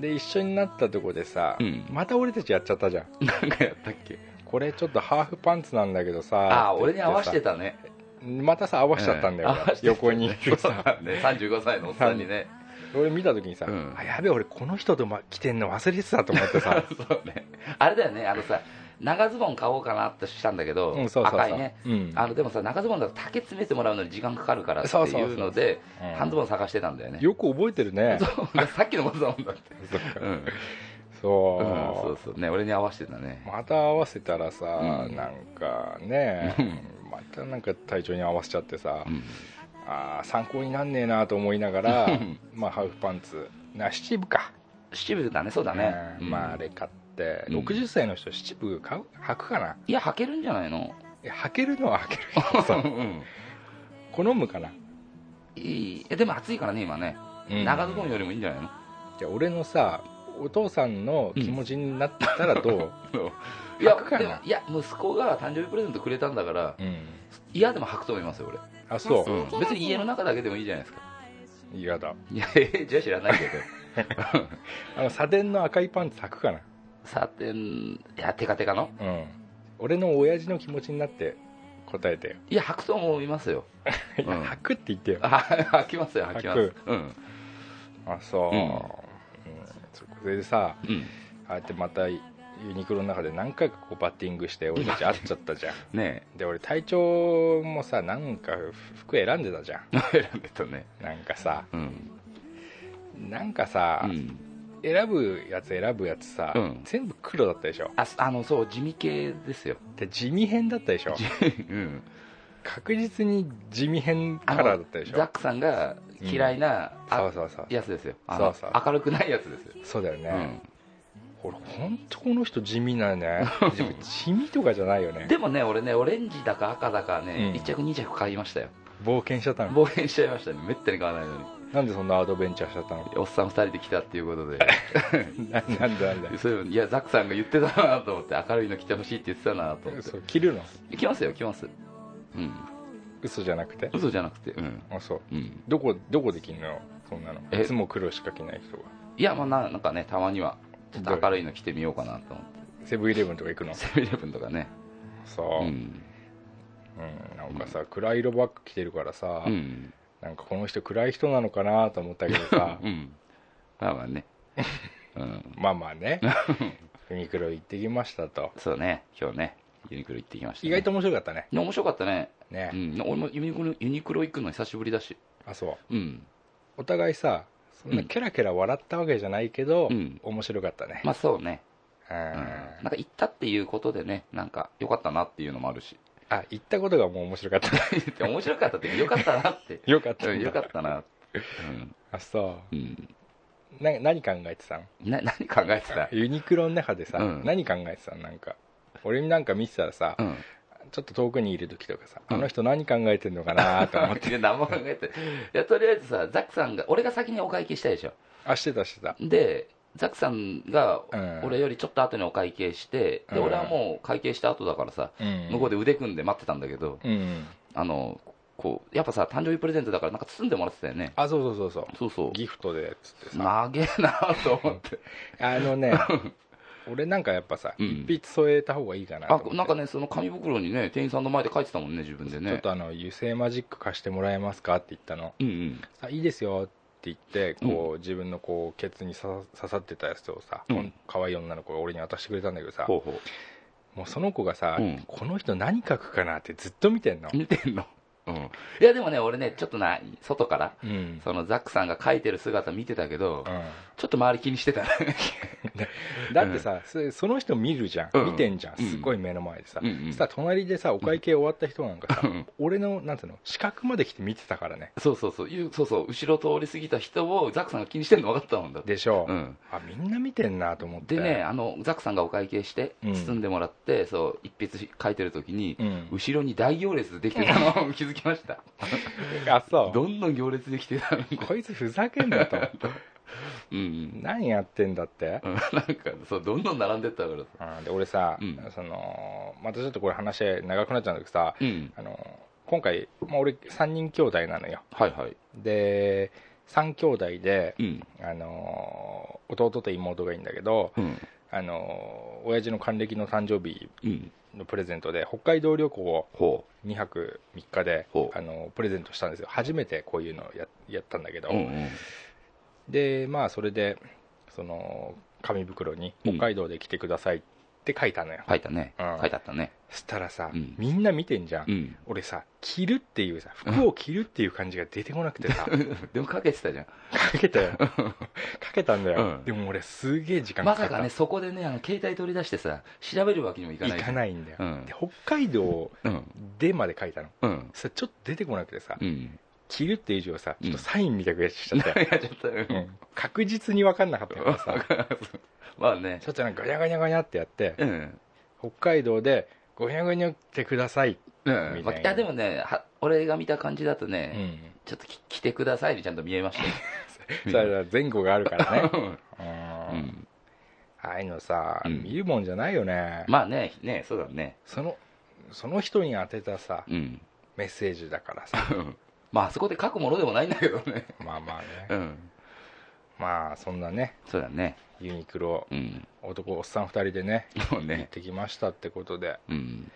[SPEAKER 4] で一緒になったとこでさ、
[SPEAKER 3] うん
[SPEAKER 4] また俺たちやっちゃったじゃん
[SPEAKER 3] なんかやったっけ
[SPEAKER 4] これちょっとハーフパンツなんだけどさ
[SPEAKER 3] ああー俺に合わせて
[SPEAKER 4] た
[SPEAKER 3] たね
[SPEAKER 4] またさ合わしちゃったんだよ、
[SPEAKER 3] うん合わせてたね
[SPEAKER 4] 横にいる
[SPEAKER 3] そう
[SPEAKER 4] さ
[SPEAKER 3] だね35歳のおっさんにね
[SPEAKER 4] 俺見た時にさ、
[SPEAKER 3] うん
[SPEAKER 4] あやべえ俺この人と、ま、来てんの忘れてたと思ってさ
[SPEAKER 3] そうねあれだよねあのさ長ズボン買おうかなってしたんだけど、
[SPEAKER 4] うんそうそうそう
[SPEAKER 3] 赤いね、
[SPEAKER 4] うん
[SPEAKER 3] あのでもさ長ズボンだと竹詰めてもらうのに時間かかるからって
[SPEAKER 4] そうそうそう
[SPEAKER 3] いうので
[SPEAKER 4] うん
[SPEAKER 3] 半ズボン探してたんだよね
[SPEAKER 4] よく覚えてるね
[SPEAKER 3] そうさっきのことだもんだってうん、うん、
[SPEAKER 4] そう、
[SPEAKER 3] そうそうね俺に合わせてたね
[SPEAKER 4] また合わせたらさ、
[SPEAKER 3] うん
[SPEAKER 4] なんかね、またなんか体調に合わせちゃってさ、
[SPEAKER 3] うん
[SPEAKER 4] あー参考になんねえなと思いながら、
[SPEAKER 3] うん
[SPEAKER 4] まあハーフパンツな七分か、
[SPEAKER 3] 七分だねそうだね、
[SPEAKER 4] うんまああれ買って、
[SPEAKER 3] うん
[SPEAKER 4] 60歳の人七分買う履くかない
[SPEAKER 3] や履けるんじゃないの
[SPEAKER 4] いや履けるのは履けるけどさ
[SPEAKER 3] うん
[SPEAKER 4] 好むかな、
[SPEAKER 3] いいえでも暑いからね今ね、長ズボンよりもいいんじゃないの
[SPEAKER 4] じゃあ俺のさお父さんの気持ちになったらどう、
[SPEAKER 3] いや
[SPEAKER 4] 履くかな
[SPEAKER 3] でもいや息子が誕生日プレゼントくれたんだから、
[SPEAKER 4] うん
[SPEAKER 3] 嫌でも履くと思いますよ
[SPEAKER 4] あそ
[SPEAKER 3] 俺、うん、別に家の中だけでもいいじゃないですか
[SPEAKER 4] う嫌だ
[SPEAKER 3] いやえじゃあ知らないけど
[SPEAKER 4] あのサテンの赤いパンツ履くかな
[SPEAKER 3] サテンいやテカテカの
[SPEAKER 4] うん俺の親父の気持ちになって答えてよ、
[SPEAKER 3] いや履くと思いますよ
[SPEAKER 4] いや
[SPEAKER 3] うん
[SPEAKER 4] 履くって言ってよ
[SPEAKER 3] あ履きますよ履きます
[SPEAKER 4] 履
[SPEAKER 3] うん
[SPEAKER 4] あそう、う
[SPEAKER 3] うんん
[SPEAKER 4] そそれでさ
[SPEAKER 3] うん
[SPEAKER 4] ああやってまたユニクロの中で何回かこうバッティングして俺たち会っちゃったじゃん
[SPEAKER 3] ね
[SPEAKER 4] で俺体調もさなんか服選んでたじゃん
[SPEAKER 3] え選んでたね
[SPEAKER 4] なんかさ
[SPEAKER 3] うん
[SPEAKER 4] なんかさ、
[SPEAKER 3] うん
[SPEAKER 4] 選ぶやつ選ぶやつさ、
[SPEAKER 3] うん
[SPEAKER 4] 全部黒だったでしょ
[SPEAKER 3] ああのそう地味系ですよ
[SPEAKER 4] で地味編だったでしょ
[SPEAKER 3] うん
[SPEAKER 4] 確実に地味編カ
[SPEAKER 3] あの
[SPEAKER 4] ラーだったでし
[SPEAKER 3] ザッ
[SPEAKER 4] ょ
[SPEAKER 3] クさんが嫌いな、あ
[SPEAKER 4] そうそうそう
[SPEAKER 3] やつですよあの
[SPEAKER 4] そうそう
[SPEAKER 3] 明るくないやつですよ、
[SPEAKER 4] そうだよね、
[SPEAKER 3] うん
[SPEAKER 4] 俺本当この人地味な ねでも地味とかじゃないよね
[SPEAKER 3] でもね俺ねオレンジだか赤だかね、
[SPEAKER 4] うん
[SPEAKER 3] 1着2着買いましたよ
[SPEAKER 4] 冒険しちゃったの
[SPEAKER 3] 冒険しちゃいましたねめったに買わないのに
[SPEAKER 4] なんでそんなアドベンチャーしちゃったの
[SPEAKER 3] おっさん2人で来たっていうこ とで
[SPEAKER 4] ななんでなんで
[SPEAKER 3] そういうのいやザックさんが言ってたなと思って明るいの着てほしいって言ってたなと思って
[SPEAKER 4] そう着るの
[SPEAKER 3] 来ますよ来ますうん
[SPEAKER 4] 嘘じゃなくて
[SPEAKER 3] 嘘じゃなくてうん
[SPEAKER 4] あそう
[SPEAKER 3] うん
[SPEAKER 4] どこどこで着るのそんなの
[SPEAKER 3] え
[SPEAKER 4] いつも黒しか着ない人が
[SPEAKER 3] いやまあななんかねたまにはちょっと明るいの着てみようかなと思って
[SPEAKER 4] セブンイレブンとか行くの
[SPEAKER 3] セブンイレブンとかね
[SPEAKER 4] そう、
[SPEAKER 3] う
[SPEAKER 4] うん
[SPEAKER 3] ん
[SPEAKER 4] なんかさ暗い色ばっか着てるからさ、
[SPEAKER 3] うん
[SPEAKER 4] なんかこの人暗い人なのかなと思ったけどさ
[SPEAKER 3] うんまあまあね うん
[SPEAKER 4] まあまあ ねユニクロ行ってきましたと
[SPEAKER 3] そうね今日ねユニクロ行ってきました、ね、
[SPEAKER 4] 意外と面白かったね
[SPEAKER 3] ね面白かったね
[SPEAKER 4] ね、
[SPEAKER 3] うん、俺もユニクロユニクロ行くの久しぶりだし
[SPEAKER 4] あそう
[SPEAKER 3] うん
[SPEAKER 4] お互いさそんなケラケラ笑ったわけじゃないけど、
[SPEAKER 3] うん
[SPEAKER 4] 面白かったね、
[SPEAKER 3] まあそうね、
[SPEAKER 4] う
[SPEAKER 3] うん、
[SPEAKER 4] ん
[SPEAKER 3] なんか行ったっていうことでねなんか良かったなっていうのもあるし
[SPEAKER 4] あ行ったことがもう面白かった
[SPEAKER 3] 面白かったっていうか良かったなって
[SPEAKER 4] よかった
[SPEAKER 3] うんん
[SPEAKER 4] だ
[SPEAKER 3] 良かったな
[SPEAKER 4] あそ
[SPEAKER 3] うん、うん、
[SPEAKER 4] うな何考えてたん
[SPEAKER 3] な何考えてた
[SPEAKER 4] ユニクロの中でさ、
[SPEAKER 3] うん
[SPEAKER 4] 何考えてたんなんか俺なんか見てたらさ、
[SPEAKER 3] うん
[SPEAKER 4] ちょっと遠くにいる時とかさ、
[SPEAKER 3] うん
[SPEAKER 4] あの人何考えてんのかなと思って
[SPEAKER 3] いや何も考えていやとりあえずさザックさんが俺が先にお会計したでしょ
[SPEAKER 4] あしてたしてた
[SPEAKER 3] でザックさんが
[SPEAKER 4] うん
[SPEAKER 3] 俺よりちょっと後にお会計して、で
[SPEAKER 4] うん
[SPEAKER 3] 俺はもう会計した後だからさ、
[SPEAKER 4] うん
[SPEAKER 3] 向こうで腕組んで待ってたんだけど、
[SPEAKER 4] うん
[SPEAKER 3] あのこうやっぱさ誕生日プレゼントだからなんか包んでもらってたよね
[SPEAKER 4] あそうそうそうそう
[SPEAKER 3] そうそう
[SPEAKER 4] ギフトでっつってさ
[SPEAKER 3] 長えなと思って
[SPEAKER 4] あの ね俺なんかやっぱさ、
[SPEAKER 3] うん
[SPEAKER 4] 一筆添えた方がいいかなと
[SPEAKER 3] あ
[SPEAKER 4] 思って
[SPEAKER 3] なんかねその紙袋にね店員さんの前で書いてたもんね自分で
[SPEAKER 4] ちょっ
[SPEAKER 3] ね
[SPEAKER 4] とあの油性マジック貸してもらえますかって言ったの
[SPEAKER 3] うんうん
[SPEAKER 4] あいいですよって言ってこう、自分のこうケツにさ刺さってたやつをさ、
[SPEAKER 3] うん
[SPEAKER 4] ほん可愛い女の子が俺に渡してくれたんだけどさ
[SPEAKER 3] ほうほ
[SPEAKER 4] もうその子がさ、
[SPEAKER 3] うん
[SPEAKER 4] この人何書くかなってずっと見てんの
[SPEAKER 3] う、見てんのうんいやでもね俺ねちょっとな外から
[SPEAKER 4] うんうん
[SPEAKER 3] そのザックさんが書いてる姿見てたけど、ちょっと周り気に してたね
[SPEAKER 4] だってさ、そその人見るじゃん、
[SPEAKER 3] うん
[SPEAKER 4] 見てんじゃん
[SPEAKER 3] うん
[SPEAKER 4] すごい目の前でさ、
[SPEAKER 3] うんうん
[SPEAKER 4] そ したら隣でさお会計終わった人なんかさ、
[SPEAKER 3] うん
[SPEAKER 4] 俺のなんていうの視覚まで来て見てたからね
[SPEAKER 3] そうそうそういうそうそう後ろ通り過ぎた人をザックさんが気にしてるの分かったもんだって
[SPEAKER 4] でしょう、
[SPEAKER 3] うん
[SPEAKER 4] あみんな見てんなと思って
[SPEAKER 3] でね、あのザックさんがお会計して、
[SPEAKER 4] うん
[SPEAKER 3] 包んでもらって、そう一筆書いてるときに、
[SPEAKER 4] うん
[SPEAKER 3] 後ろに大行列できてたのを気づきました、
[SPEAKER 4] あそう
[SPEAKER 3] どんどん行列できてたの、
[SPEAKER 4] こいつふざけんなと
[SPEAKER 3] うん、
[SPEAKER 4] 何やってんだって
[SPEAKER 3] うん、なんかそう、どんどん並んでったから、
[SPEAKER 4] うんで俺さ、
[SPEAKER 3] うん
[SPEAKER 4] そのまたちょっとこれ話長くなっちゃうんだけどさ、
[SPEAKER 3] うん、
[SPEAKER 4] あの今回、まあ、俺3人兄弟なのよ
[SPEAKER 3] はいはい、
[SPEAKER 4] で3兄弟で、
[SPEAKER 3] うん、
[SPEAKER 4] あの弟と妹がいいんだけど、
[SPEAKER 3] うん、
[SPEAKER 4] あの親父の還暦の誕生日
[SPEAKER 3] うん、
[SPEAKER 4] のプレゼントで北海道旅行を
[SPEAKER 3] ほ
[SPEAKER 4] 2泊3日で、
[SPEAKER 3] ほう
[SPEAKER 4] あのプレゼントしたんですよ初めてこういうのをややったんだけど、
[SPEAKER 3] う、うん、うん、
[SPEAKER 4] でまあそれでその紙袋に
[SPEAKER 3] う
[SPEAKER 4] 北
[SPEAKER 3] ん
[SPEAKER 4] 海道で来てくださいって書いたのよ、
[SPEAKER 3] 書いたね、
[SPEAKER 4] うん
[SPEAKER 3] 書いてあったね、
[SPEAKER 4] そしたらさ、
[SPEAKER 3] うん
[SPEAKER 4] みんな見てんじゃん、
[SPEAKER 3] うん、
[SPEAKER 4] 俺さ着るっていうさ服を着るっていう感じが出てこなくてさ
[SPEAKER 3] でも書けてたじゃん、
[SPEAKER 4] かけたよかけたんだよ、
[SPEAKER 3] うん
[SPEAKER 4] でも俺すげえ時間
[SPEAKER 3] ま
[SPEAKER 4] かか
[SPEAKER 3] さ
[SPEAKER 4] った、
[SPEAKER 3] かね、そこでね、あの携帯取り出してさ、調べるわけにもいかない
[SPEAKER 4] 行
[SPEAKER 3] じゃ
[SPEAKER 4] か
[SPEAKER 3] ん、
[SPEAKER 4] ないんだよ、
[SPEAKER 3] うん
[SPEAKER 4] で北海道
[SPEAKER 3] うん、
[SPEAKER 4] でまで書いたの
[SPEAKER 3] うん、
[SPEAKER 4] それちょっと出てこなくてさ、
[SPEAKER 3] うん、
[SPEAKER 4] 着るっていう字をさ
[SPEAKER 3] う
[SPEAKER 4] ち
[SPEAKER 3] ん
[SPEAKER 4] ょっとサインみたくやしちゃったよ、
[SPEAKER 3] やっちゃったよ、
[SPEAKER 4] うん確実に分かんなかったからさ
[SPEAKER 3] まあね
[SPEAKER 4] ち、ょっとなんかガニャガニャガニャってやって
[SPEAKER 3] うん。
[SPEAKER 4] 北海道でゴニャゴニャってください、
[SPEAKER 3] うん
[SPEAKER 4] み
[SPEAKER 3] ま
[SPEAKER 4] た
[SPEAKER 3] あ、
[SPEAKER 4] い
[SPEAKER 3] い
[SPEAKER 4] な
[SPEAKER 3] やでもねは俺が見た感じだと
[SPEAKER 4] う
[SPEAKER 3] ね、
[SPEAKER 4] ん、
[SPEAKER 3] ちょっとき来てくださいにちゃんと見えま したよ
[SPEAKER 4] それは前後があるからね
[SPEAKER 3] う
[SPEAKER 4] うん
[SPEAKER 3] ん
[SPEAKER 4] ああいうのさ、
[SPEAKER 3] うん
[SPEAKER 4] 見るもんじゃないよね、
[SPEAKER 3] まあねねそうだね
[SPEAKER 4] そのその人に当てたさ
[SPEAKER 3] うん。
[SPEAKER 4] メッセージだから さ
[SPEAKER 3] まあ、あそこで書くものでもないんだけどね。
[SPEAKER 4] まあまあ
[SPEAKER 3] う
[SPEAKER 4] ね
[SPEAKER 3] ん。
[SPEAKER 4] まあそんなね
[SPEAKER 3] そうだね。
[SPEAKER 4] ユニクロ
[SPEAKER 3] うん。
[SPEAKER 4] 男おっさん2人でね
[SPEAKER 3] そう
[SPEAKER 4] 行っ
[SPEAKER 3] ね。
[SPEAKER 4] てきましたってことで
[SPEAKER 3] うん。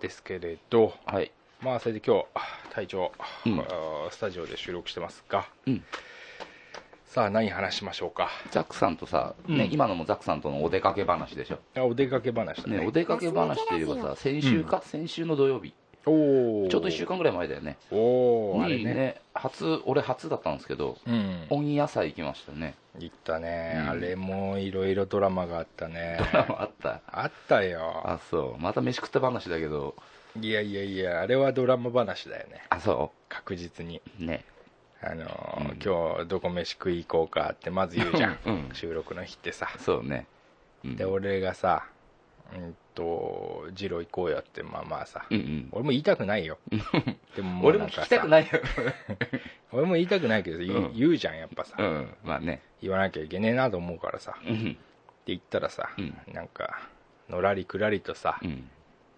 [SPEAKER 4] ですけれど
[SPEAKER 3] はい。
[SPEAKER 4] まあそれで今日隊長、
[SPEAKER 3] うん
[SPEAKER 4] あースタジオで収録してますが、
[SPEAKER 3] うん
[SPEAKER 4] さあ何話しましょうか
[SPEAKER 3] ザックさんとさ、
[SPEAKER 4] うん
[SPEAKER 3] ね、今のもザックさんとのお出かけ話でしょ。
[SPEAKER 4] あお出かけ話だね
[SPEAKER 3] ね、お出かけ話といえばさ、先週か、先週の土曜日、
[SPEAKER 4] おお
[SPEAKER 3] ちょうど1週間ぐらい前だよね。
[SPEAKER 4] おおあれ
[SPEAKER 3] に
[SPEAKER 4] ね
[SPEAKER 3] ね、初、俺初だったんですけど、
[SPEAKER 4] うん
[SPEAKER 3] 温野菜行きましたね。
[SPEAKER 4] 行ったね、
[SPEAKER 3] うん
[SPEAKER 4] あれもいろいろドラマがあった ね
[SPEAKER 3] ドラマあった。
[SPEAKER 4] あったよ
[SPEAKER 3] あ、そう。また飯食った話だけど、
[SPEAKER 4] いやいやいやあれはドラマ話だよね
[SPEAKER 3] あ、そ
[SPEAKER 4] 確実に
[SPEAKER 3] う。ね。
[SPEAKER 4] あのー
[SPEAKER 3] うん
[SPEAKER 4] 今日どこ飯食い行こうかってまず言うじゃん、
[SPEAKER 3] うん
[SPEAKER 4] 収録の日ってさ
[SPEAKER 3] そうね。うん
[SPEAKER 4] で俺がさうんと二郎行こうよってまあまあさ、
[SPEAKER 3] うんうん。
[SPEAKER 4] 俺も言いたくない よでももう
[SPEAKER 3] 俺
[SPEAKER 4] なん
[SPEAKER 3] も
[SPEAKER 4] かさ
[SPEAKER 3] 聞きたくないよ。
[SPEAKER 4] 俺も言いたくないけどさ言う,、
[SPEAKER 3] うん
[SPEAKER 4] 言うじゃんやっぱさ、
[SPEAKER 3] うん。まあね。
[SPEAKER 4] 言わなきゃいけねえなと思うからさ、
[SPEAKER 3] う
[SPEAKER 4] って
[SPEAKER 3] ん。
[SPEAKER 4] 言ったらさ、
[SPEAKER 3] うん
[SPEAKER 4] なんかのらりくらりとさ、
[SPEAKER 3] うん。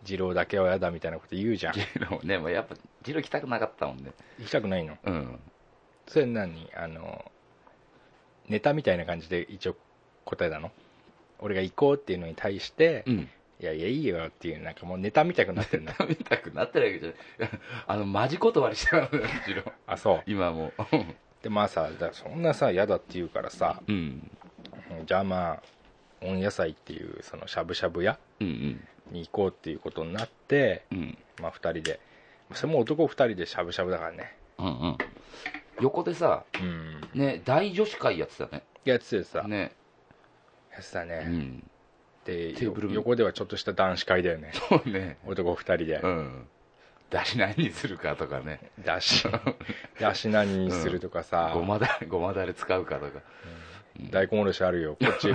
[SPEAKER 4] 二郎だけはやだみたいなこと言うじゃん
[SPEAKER 3] ジローね、もうやっぱ、ジロー来たくなかったもんね。
[SPEAKER 4] 行きたくないの
[SPEAKER 3] うん。
[SPEAKER 4] それ何あのネタみたいな感じで一応答えたの俺が行こうっていうのに対して、
[SPEAKER 3] うん。
[SPEAKER 4] いやいやいいよっていうなんかもうネタみたくな ってるの
[SPEAKER 3] 食べたくなってるわけじゃない。あの、マジ断りしたからね、ジロー。
[SPEAKER 4] あそう
[SPEAKER 3] 今も
[SPEAKER 4] でまあさだそんなさ嫌だって言うからさ
[SPEAKER 3] う。うん。
[SPEAKER 4] じゃあまあ温野菜っていうそのしゃぶしゃぶ屋
[SPEAKER 3] うんうん。
[SPEAKER 4] に行こうっていうことになって
[SPEAKER 3] うん。
[SPEAKER 4] まあ2人でそれも男2人でしゃぶしゃぶだからね
[SPEAKER 3] うんうん。横でさ、
[SPEAKER 4] うん
[SPEAKER 3] ね、大女子会やってたね。
[SPEAKER 4] やつでさ、
[SPEAKER 3] ね。
[SPEAKER 4] やつだ
[SPEAKER 3] う
[SPEAKER 4] ね、
[SPEAKER 3] ん。
[SPEAKER 4] で
[SPEAKER 3] テーブル
[SPEAKER 4] 横ではちょっとした男子会だよね
[SPEAKER 3] そうね。
[SPEAKER 4] 男2人で、
[SPEAKER 3] うん。だし何にするかとかね。
[SPEAKER 4] だ しだし何にするとかさ、
[SPEAKER 3] ごまだれ、ごまだれ使うかとか。
[SPEAKER 4] 大根おろしあるよこ っち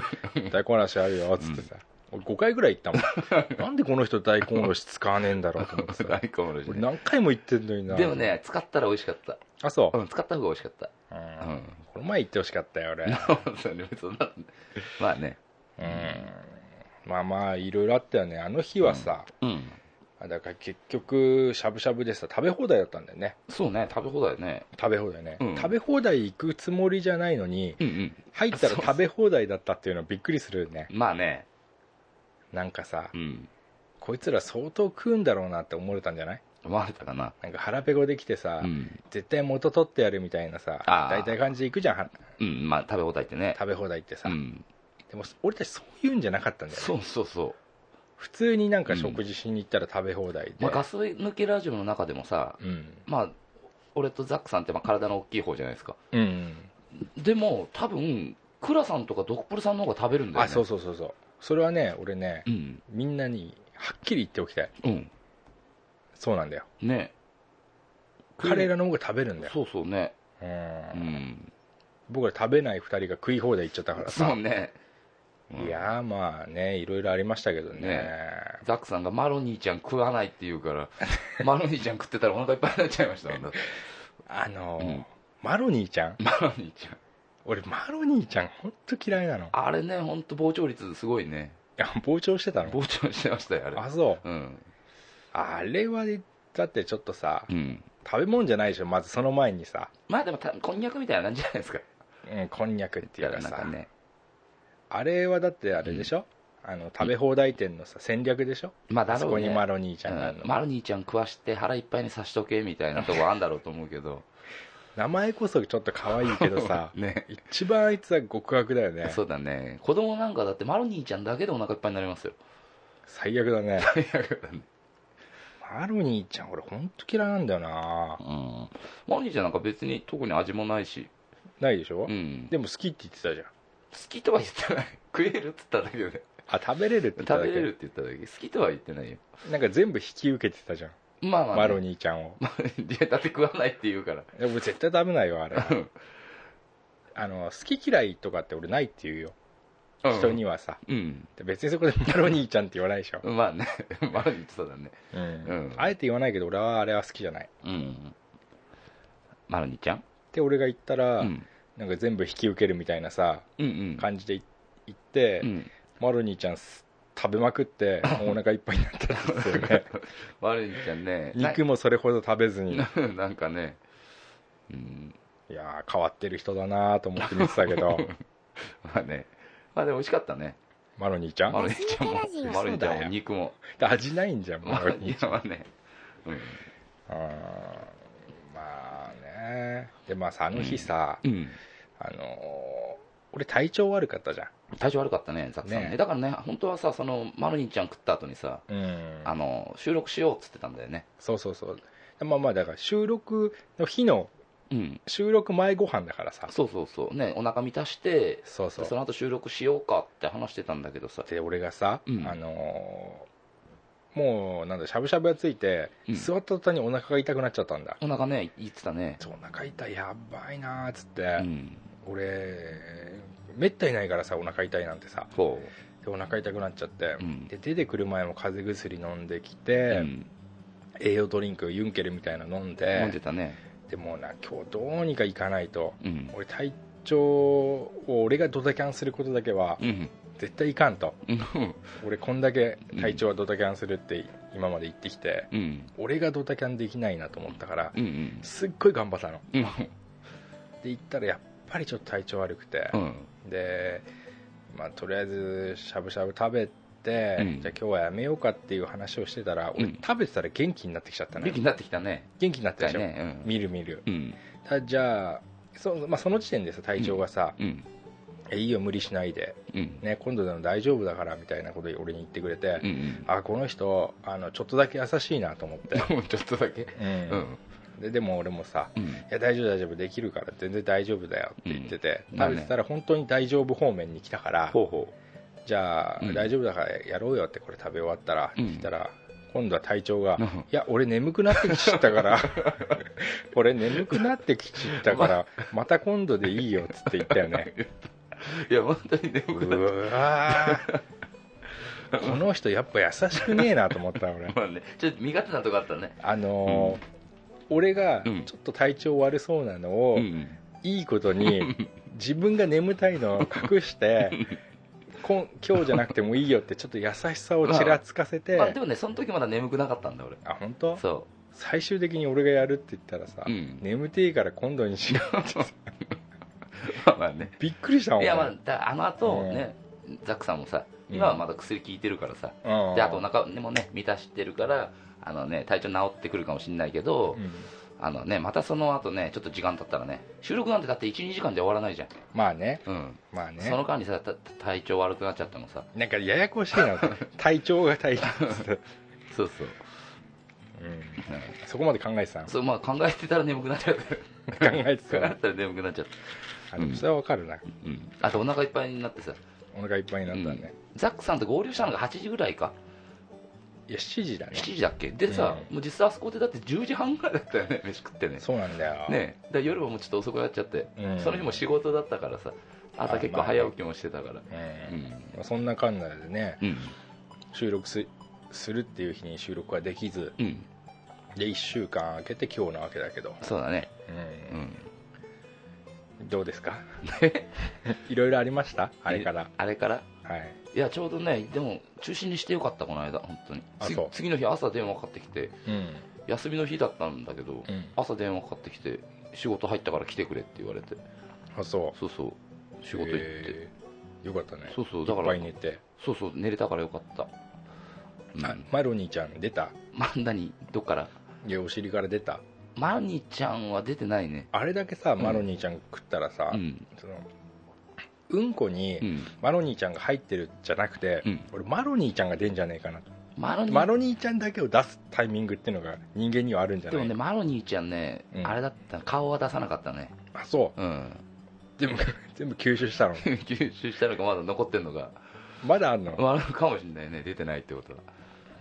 [SPEAKER 4] 大根おろしあるよっつってさ、俺5回ぐらい行ったもん なんでこの人大根おろし使わねえんだろうと思ってさ
[SPEAKER 3] 大根おろし
[SPEAKER 4] 俺
[SPEAKER 3] ね。
[SPEAKER 4] 何回も言ってんのにな
[SPEAKER 3] でもね、使ったら美味しかった。
[SPEAKER 4] あそう、
[SPEAKER 3] うん、使った方が美味しかった。
[SPEAKER 4] うん
[SPEAKER 3] うん。
[SPEAKER 4] この前言ってほしかったよ俺
[SPEAKER 3] そうね、そんなまあね。
[SPEAKER 4] うんまあまあいろいろあったよねあの日はさ、
[SPEAKER 3] うん。
[SPEAKER 4] あだから結局しゃぶしゃぶでさ食べ放題だったんだよね
[SPEAKER 3] そうね、食べ放題ね。
[SPEAKER 4] 食べ放題ね、
[SPEAKER 3] うん
[SPEAKER 4] 食べ放題行くつもりじゃないのに
[SPEAKER 3] うん
[SPEAKER 4] 入ったら食べ放題だったっていうのはびっくりするよね
[SPEAKER 3] うん。まあね。
[SPEAKER 4] なんかさ、
[SPEAKER 3] うん。
[SPEAKER 4] こいつら相当食うんだろうなって思われたんじゃない
[SPEAKER 3] 思われたかな。
[SPEAKER 4] なんか腹ペコできてさ、
[SPEAKER 3] うん。
[SPEAKER 4] 絶対元取ってやるみたいなさ
[SPEAKER 3] あー
[SPEAKER 4] 大体感じで行くじゃんは
[SPEAKER 3] うん、まあ食べ放題ってね。
[SPEAKER 4] 食べ放題ってさ、
[SPEAKER 3] うん。
[SPEAKER 4] でも俺たちそういうんじゃなかったんだよね
[SPEAKER 3] そうそうそう。
[SPEAKER 4] 普通になんか食事しに行ったら食べ放題で、
[SPEAKER 3] まあ、ガス抜けラジオの中でもさ、
[SPEAKER 4] うん
[SPEAKER 3] まあ、俺とザックさんってまあ体の大きい方じゃないですか。
[SPEAKER 4] うん
[SPEAKER 3] でも、多分、クラさんとかドクポルさんの方が食べるんだよね。
[SPEAKER 4] あそうそうそうそうそれはね俺ね、
[SPEAKER 3] うん。
[SPEAKER 4] みんなにはっきり言っておきたい
[SPEAKER 3] うん。
[SPEAKER 4] そうなんだよ
[SPEAKER 3] ね。
[SPEAKER 4] 彼らの方が食べるんだよ、
[SPEAKER 3] そうそうね。
[SPEAKER 4] う、
[SPEAKER 3] うんん。
[SPEAKER 4] 僕ら食べない2人が食い放題行っちゃったから
[SPEAKER 3] そう
[SPEAKER 4] さ、
[SPEAKER 3] ね。
[SPEAKER 4] いやーまあねいろいろありましたけどね
[SPEAKER 3] ねザックさんがマロニーちゃん食わないって言うから、 マロニーちゃん食ってたらお腹いっぱいになっちゃいましたもんだって
[SPEAKER 4] あのー
[SPEAKER 3] うん
[SPEAKER 4] マロニーちゃん
[SPEAKER 3] マロニーちゃん。
[SPEAKER 4] 俺マロニーちゃん本当嫌いなのい
[SPEAKER 3] あれね、ほんと膨張率すごいね。
[SPEAKER 4] や膨張してたの
[SPEAKER 3] 膨張してましたよ、あれ。
[SPEAKER 4] あそう
[SPEAKER 3] うん。
[SPEAKER 4] あれはだってちょっとさ
[SPEAKER 3] うん。
[SPEAKER 4] 食べ物じゃないでしょまずその前にさ、
[SPEAKER 3] まあでもた、こんにゃくみたいな感じじゃないですか。
[SPEAKER 4] うん、こんにゃくっていうか
[SPEAKER 3] な
[SPEAKER 4] さ
[SPEAKER 3] んかね。
[SPEAKER 4] あれはだってあれでしょ、あの食べ放題店のさ戦略でしょ
[SPEAKER 3] まあだ
[SPEAKER 4] あそ
[SPEAKER 3] ろ
[SPEAKER 4] こ
[SPEAKER 3] う
[SPEAKER 4] に
[SPEAKER 3] ね。
[SPEAKER 4] マロニーちゃんがあるの、
[SPEAKER 3] うんマロニーちゃん食わして腹いっぱいにさしとけみたいなとこあんだろうと思うけど。
[SPEAKER 4] 名前こそちょっと可愛いけどさ
[SPEAKER 3] ね。
[SPEAKER 4] 一番あいつは極悪だよね
[SPEAKER 3] そうだね。子供なんかだってマロニーちゃんだけでお腹いっぱいになりますよ。
[SPEAKER 4] 最悪だね
[SPEAKER 3] 最悪だね
[SPEAKER 4] マロニーちゃん俺ほんと嫌いなんだよな
[SPEAKER 3] うん。マロニーちゃんなんか別に特に味もないし。
[SPEAKER 4] ないでしょ、
[SPEAKER 3] うん。
[SPEAKER 4] でも好きって言ってたじゃん
[SPEAKER 3] 好きとは言ってない。 食えるって言っただけで。
[SPEAKER 4] あ食べれるって言った
[SPEAKER 3] 食
[SPEAKER 4] だ
[SPEAKER 3] べ
[SPEAKER 4] け
[SPEAKER 3] れるって言っただけ。好きとは言ってないよ。
[SPEAKER 4] なんか全部引き受けてたじゃん、
[SPEAKER 3] まあまあ、ね。
[SPEAKER 4] マロニーちゃんを
[SPEAKER 3] いやだって食わないって言うから。
[SPEAKER 4] でも絶対食べないよあれ
[SPEAKER 3] ん
[SPEAKER 4] あの好き嫌いとかって俺ないって言うよ、人にはさ
[SPEAKER 3] うん。
[SPEAKER 4] 別にそこでマロニーちゃんって言わないでしょ、
[SPEAKER 3] まあね。 マロニーってそうだね。
[SPEAKER 4] うん
[SPEAKER 3] うん
[SPEAKER 4] あえて言わないけど俺はあれは好きじゃない
[SPEAKER 3] うん。マロニーちゃん
[SPEAKER 4] で俺が言ったら、
[SPEAKER 3] うん。
[SPEAKER 4] なんか全部引き受けるみたいなさ
[SPEAKER 3] うんうん。
[SPEAKER 4] 感じで言って、
[SPEAKER 3] うん。
[SPEAKER 4] マロニーちゃんす食べまく ってもうお腹いっぱいになったんですよね
[SPEAKER 3] 悪いちゃんねな
[SPEAKER 4] 肉もそれほど食べずに
[SPEAKER 3] なんかね、うん、
[SPEAKER 4] いやー変わってる人だなーと思って見てたけ ど
[SPEAKER 3] まあねまあでも美味しかったね
[SPEAKER 4] マロニーちゃん
[SPEAKER 3] マロニーちゃんもマロニーちゃんも肉も
[SPEAKER 4] 味ないんじゃんマ
[SPEAKER 3] マ
[SPEAKER 4] ロ
[SPEAKER 3] ロ
[SPEAKER 4] ニ
[SPEAKER 3] ニ
[SPEAKER 4] ー
[SPEAKER 3] ーちゃんはね、
[SPEAKER 4] うーんまあねでまああの日さ、
[SPEAKER 3] うんうん、
[SPEAKER 4] あのー俺体調悪かったじゃ
[SPEAKER 3] 体調悪かったねザックさんね
[SPEAKER 4] ね
[SPEAKER 3] だからね本当はさそのマロニーちゃん食った後にさ
[SPEAKER 4] んうん
[SPEAKER 3] あの収録しようっつってたんだよね
[SPEAKER 4] そうそうそうまあまあだから収録の日の
[SPEAKER 3] うん
[SPEAKER 4] 収録前ご飯だからさ
[SPEAKER 3] そうそうそうねお腹満たして
[SPEAKER 4] そうそ
[SPEAKER 3] で
[SPEAKER 4] う
[SPEAKER 3] その後収録しようかって話してたんだけどさ
[SPEAKER 4] で俺がさ、
[SPEAKER 3] うん
[SPEAKER 4] あのーもうなんだしゃぶしゃぶがついて、
[SPEAKER 3] うん
[SPEAKER 4] 座った途端にお腹が痛くなっちゃったんだ、
[SPEAKER 3] お腹ね言ってたね
[SPEAKER 4] そうお腹痛いやばいなーっつって、
[SPEAKER 3] うん
[SPEAKER 4] 俺めったにないからさお腹痛いなんてさ
[SPEAKER 3] そ
[SPEAKER 4] でお腹痛くなっちゃって、
[SPEAKER 3] うん
[SPEAKER 4] で出てくる前も風邪薬飲んできて、
[SPEAKER 3] う、うん、
[SPEAKER 4] 栄養ドリンクユンケルみたいなの飲んで
[SPEAKER 3] 飲んでたね
[SPEAKER 4] でもうな今日どうにか行かないと
[SPEAKER 3] うん
[SPEAKER 4] 俺体調を俺がドタキャンすることだけは
[SPEAKER 3] うん
[SPEAKER 4] 絶対いかんと
[SPEAKER 3] うん
[SPEAKER 4] 俺こんだけ体調はドタキャンするって今まで言ってきて、
[SPEAKER 3] うん
[SPEAKER 4] 俺がドタキャンできないなと思ったから、
[SPEAKER 3] うんうん
[SPEAKER 4] すっごい頑張ったの
[SPEAKER 3] うん
[SPEAKER 4] で行ったらやっぱりちょっと体調悪くて
[SPEAKER 3] う、ん
[SPEAKER 4] で、まあ、とりあえずしゃぶしゃぶ食べて、
[SPEAKER 3] うん
[SPEAKER 4] じゃあ今日はやめようかっていう話をしてたら俺、
[SPEAKER 3] うん
[SPEAKER 4] 食べてたら元気になってきちゃったね
[SPEAKER 3] 元気になってきたね
[SPEAKER 4] 元気になった
[SPEAKER 3] だ
[SPEAKER 4] でしょ、
[SPEAKER 3] ね
[SPEAKER 4] 見る見る
[SPEAKER 3] うんうん
[SPEAKER 4] たじゃあそ,、まあ、その時点でさ体調がさ、
[SPEAKER 3] うん
[SPEAKER 4] えいいよ無理しないで、
[SPEAKER 3] うん
[SPEAKER 4] ね、今度でも大丈夫だからみたいなことを俺に言ってくれて、
[SPEAKER 3] うん
[SPEAKER 4] あこの人あのちょっとだけ優しいなと思って、
[SPEAKER 3] うんちょっとだけ
[SPEAKER 4] う
[SPEAKER 3] うんん
[SPEAKER 4] ででも俺もさ
[SPEAKER 3] うん
[SPEAKER 4] 「いや大丈夫大丈夫できるから全然大丈夫だよ」って言ってて、
[SPEAKER 3] うん
[SPEAKER 4] 食べてたら本当に大丈夫方面に来たから、
[SPEAKER 3] ほうほ
[SPEAKER 4] じゃあ、
[SPEAKER 3] うん
[SPEAKER 4] 大丈夫だからやろうよってこれ食べ終わったら、
[SPEAKER 3] うん
[SPEAKER 4] って言ったら今度は隊長が「
[SPEAKER 3] うん
[SPEAKER 4] いや俺眠くなってきちった から俺眠くなってきちったからまた今度でいいよ」っつって言ったよね
[SPEAKER 3] ういや本当に眠くなっ
[SPEAKER 4] うわーこの人やっぱ優しくねえなと思った俺
[SPEAKER 3] たまあねちょっと身勝手なとこあったね
[SPEAKER 4] あのー俺が
[SPEAKER 3] うん
[SPEAKER 4] ちょっと体調悪そうなのを、
[SPEAKER 3] うん
[SPEAKER 4] いいこと に自分が眠たいのを隠してこん今日じゃなくてもいいよってちょっと優しさをちらつかせて、
[SPEAKER 3] まあでもねその時まだ眠くなかったんだ俺
[SPEAKER 4] あ本当
[SPEAKER 3] そ
[SPEAKER 4] 最終的に俺がやるって言ったらさ、
[SPEAKER 3] ううん
[SPEAKER 4] 眠ていから今度にしよう って
[SPEAKER 3] まあまあね
[SPEAKER 4] びっくりしたもん
[SPEAKER 3] いやまあだあの後ねザックさんもさ今は
[SPEAKER 4] うん
[SPEAKER 3] まだ薬効いてるからさ
[SPEAKER 4] うん
[SPEAKER 3] であとお腹もね満たしてるからあのね体調治ってくるかもしれないけど
[SPEAKER 4] うん
[SPEAKER 3] あのねまたその後ねちょっと時間経ったらね収録なんてだって12時間じゃ終わらないじゃん
[SPEAKER 4] まあね
[SPEAKER 3] うん
[SPEAKER 4] まあね
[SPEAKER 3] その間にさた体調悪くなっちゃってもさ
[SPEAKER 4] なんかややこしい な体調が体調、
[SPEAKER 3] そうそう
[SPEAKER 4] うん、そこまで考えてたの考
[SPEAKER 3] そうまあ考えてたら眠くなっちゃう 考
[SPEAKER 4] えてた
[SPEAKER 3] えて
[SPEAKER 4] の
[SPEAKER 3] たら眠くなっちゃう
[SPEAKER 4] あでもそれはわかるな
[SPEAKER 3] うんあとお腹いっぱいになってさ
[SPEAKER 4] お腹いっぱいになったね、
[SPEAKER 3] ザックさんと合流したのが8時ぐらいか
[SPEAKER 4] いや7時だね
[SPEAKER 3] 7時だっけでさ、
[SPEAKER 4] うん
[SPEAKER 3] もう実際あそこでだって10時半ぐらいだったよね飯食ってね
[SPEAKER 4] そうなんだよ、
[SPEAKER 3] ねだから夜ももうちょっと遅くなっちゃって、
[SPEAKER 4] うん
[SPEAKER 3] その日も仕事だったからさ朝結構早起きもしてたから、
[SPEAKER 4] うん
[SPEAKER 3] うん
[SPEAKER 4] まあそんなかんなでね
[SPEAKER 3] うん
[SPEAKER 4] 収録すするっていう日に収録はできず
[SPEAKER 3] うん
[SPEAKER 4] で1週間空けて今日なわけだけど、
[SPEAKER 3] そうだね
[SPEAKER 4] うん
[SPEAKER 3] うん
[SPEAKER 4] どうですか いろいろありましたあれから
[SPEAKER 3] えあれから
[SPEAKER 4] はい
[SPEAKER 3] いやちょうどねでも中止にしてよかったこの間本当に
[SPEAKER 4] あ
[SPEAKER 3] つ
[SPEAKER 4] そう
[SPEAKER 3] 次の日朝電話かかってきて
[SPEAKER 4] うん
[SPEAKER 3] 休みの日だったんだけど、
[SPEAKER 4] うん
[SPEAKER 3] 朝電話かかってきて仕事入ったから来てくれって言われて
[SPEAKER 4] あそう
[SPEAKER 3] そうそう仕事行って、
[SPEAKER 4] えーよかったね
[SPEAKER 3] そうそうだか
[SPEAKER 4] いっぱ
[SPEAKER 3] ら
[SPEAKER 4] い寝て、
[SPEAKER 3] そうそう寝れたからよかった、うん、
[SPEAKER 4] あマロニーちゃん出た
[SPEAKER 3] まあ何どっから
[SPEAKER 4] いやお尻から出た
[SPEAKER 3] マロニーちゃんは出てないね
[SPEAKER 4] あれだけさマロニーちゃん食ったらさ、
[SPEAKER 3] うん
[SPEAKER 4] そのうんこに、
[SPEAKER 3] うん
[SPEAKER 4] マロニーちゃんが入ってるじゃなくて、
[SPEAKER 3] うん
[SPEAKER 4] 俺マロニーちゃんが出んじゃねえかな
[SPEAKER 3] マロニー
[SPEAKER 4] マロニーちゃんだけを出すタイミングっていうのが人間にはあるんじゃ
[SPEAKER 3] で
[SPEAKER 4] な
[SPEAKER 3] も
[SPEAKER 4] い
[SPEAKER 3] ねマロニーちゃんね、
[SPEAKER 4] うん
[SPEAKER 3] あれだった顔は出さなかったね
[SPEAKER 4] あそう
[SPEAKER 3] うん
[SPEAKER 4] 全部全部吸収したの
[SPEAKER 3] 吸収したのかまだ残ってんのか
[SPEAKER 4] まだあんの、
[SPEAKER 3] マロかもしれないね出てないってことは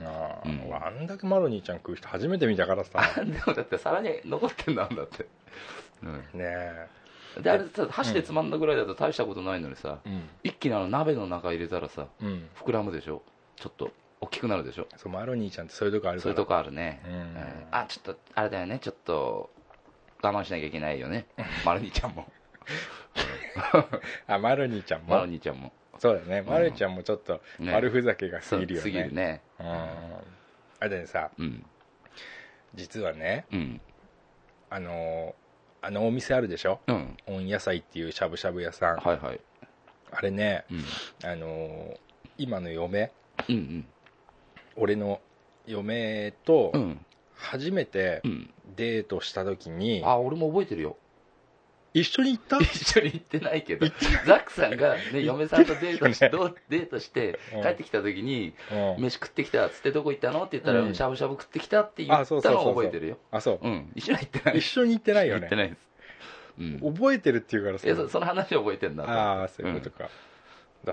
[SPEAKER 4] ああ
[SPEAKER 3] うん
[SPEAKER 4] 俺あんだけマロニーちゃん食う人初めて見たからさ
[SPEAKER 3] でもだって皿に残ってんだんだって、う
[SPEAKER 4] ねえ
[SPEAKER 3] ん、であれさ箸でつまんだぐらいだと大したことないのにさ、
[SPEAKER 4] うん
[SPEAKER 3] 一気にあの鍋の中入れたらさ
[SPEAKER 4] うん
[SPEAKER 3] 膨らむでしょちょっと大きくなるでしょ
[SPEAKER 4] そうマロニーちゃんってそういうとこある
[SPEAKER 3] そ
[SPEAKER 4] か
[SPEAKER 3] う
[SPEAKER 4] ら
[SPEAKER 3] いうとこあるね、
[SPEAKER 4] うん
[SPEAKER 3] うんあちょっとあれだよねちょっと我慢しなきゃいけ ないよねマロニーちゃんも
[SPEAKER 4] あマロニーちゃん
[SPEAKER 3] マロ
[SPEAKER 4] も
[SPEAKER 3] ニーちゃんも
[SPEAKER 4] そうだね、まるちゃんもちょっと
[SPEAKER 3] ね
[SPEAKER 4] 悪ふざけが過ぎるよ
[SPEAKER 3] すぎ
[SPEAKER 4] ね
[SPEAKER 3] るね
[SPEAKER 4] うんあれだねさ
[SPEAKER 3] うん
[SPEAKER 4] 実はね
[SPEAKER 3] うん
[SPEAKER 4] あのーあのお店あるでしょ
[SPEAKER 3] うん
[SPEAKER 4] 温野菜っていうしゃぶしゃぶ屋さん
[SPEAKER 3] はいはい
[SPEAKER 4] あれね
[SPEAKER 3] うん
[SPEAKER 4] あのー今の嫁
[SPEAKER 3] うん
[SPEAKER 4] 俺の嫁と
[SPEAKER 3] うんうん
[SPEAKER 4] 初めて
[SPEAKER 3] うん
[SPEAKER 4] デートした時に、
[SPEAKER 3] あ俺も覚えてるよ
[SPEAKER 4] 一緒に行った
[SPEAKER 3] 一緒に行ってないけどザックさんが、ね、嫁さんとデートし
[SPEAKER 4] 行ってないよね
[SPEAKER 3] どうデートして
[SPEAKER 4] うん
[SPEAKER 3] 帰ってきた時に「
[SPEAKER 4] うん
[SPEAKER 3] 飯食ってきた」っつって「どこ行ったの?」って言ったら
[SPEAKER 4] う
[SPEAKER 3] 「
[SPEAKER 4] ん
[SPEAKER 3] しゃぶしゃぶ食ってきた」って言
[SPEAKER 4] あ
[SPEAKER 3] っ
[SPEAKER 4] そ
[SPEAKER 3] た
[SPEAKER 4] うそうそう
[SPEAKER 3] の
[SPEAKER 4] そう
[SPEAKER 3] を覚えてるよ
[SPEAKER 4] あそう
[SPEAKER 3] うん一緒には行ってない
[SPEAKER 4] 一緒に行ってないよ
[SPEAKER 3] 行っ
[SPEAKER 4] ね
[SPEAKER 3] てないですうん
[SPEAKER 4] 覚えてるっていうから
[SPEAKER 3] いやそその話覚えてんだと思って
[SPEAKER 4] ああそういうことか、だか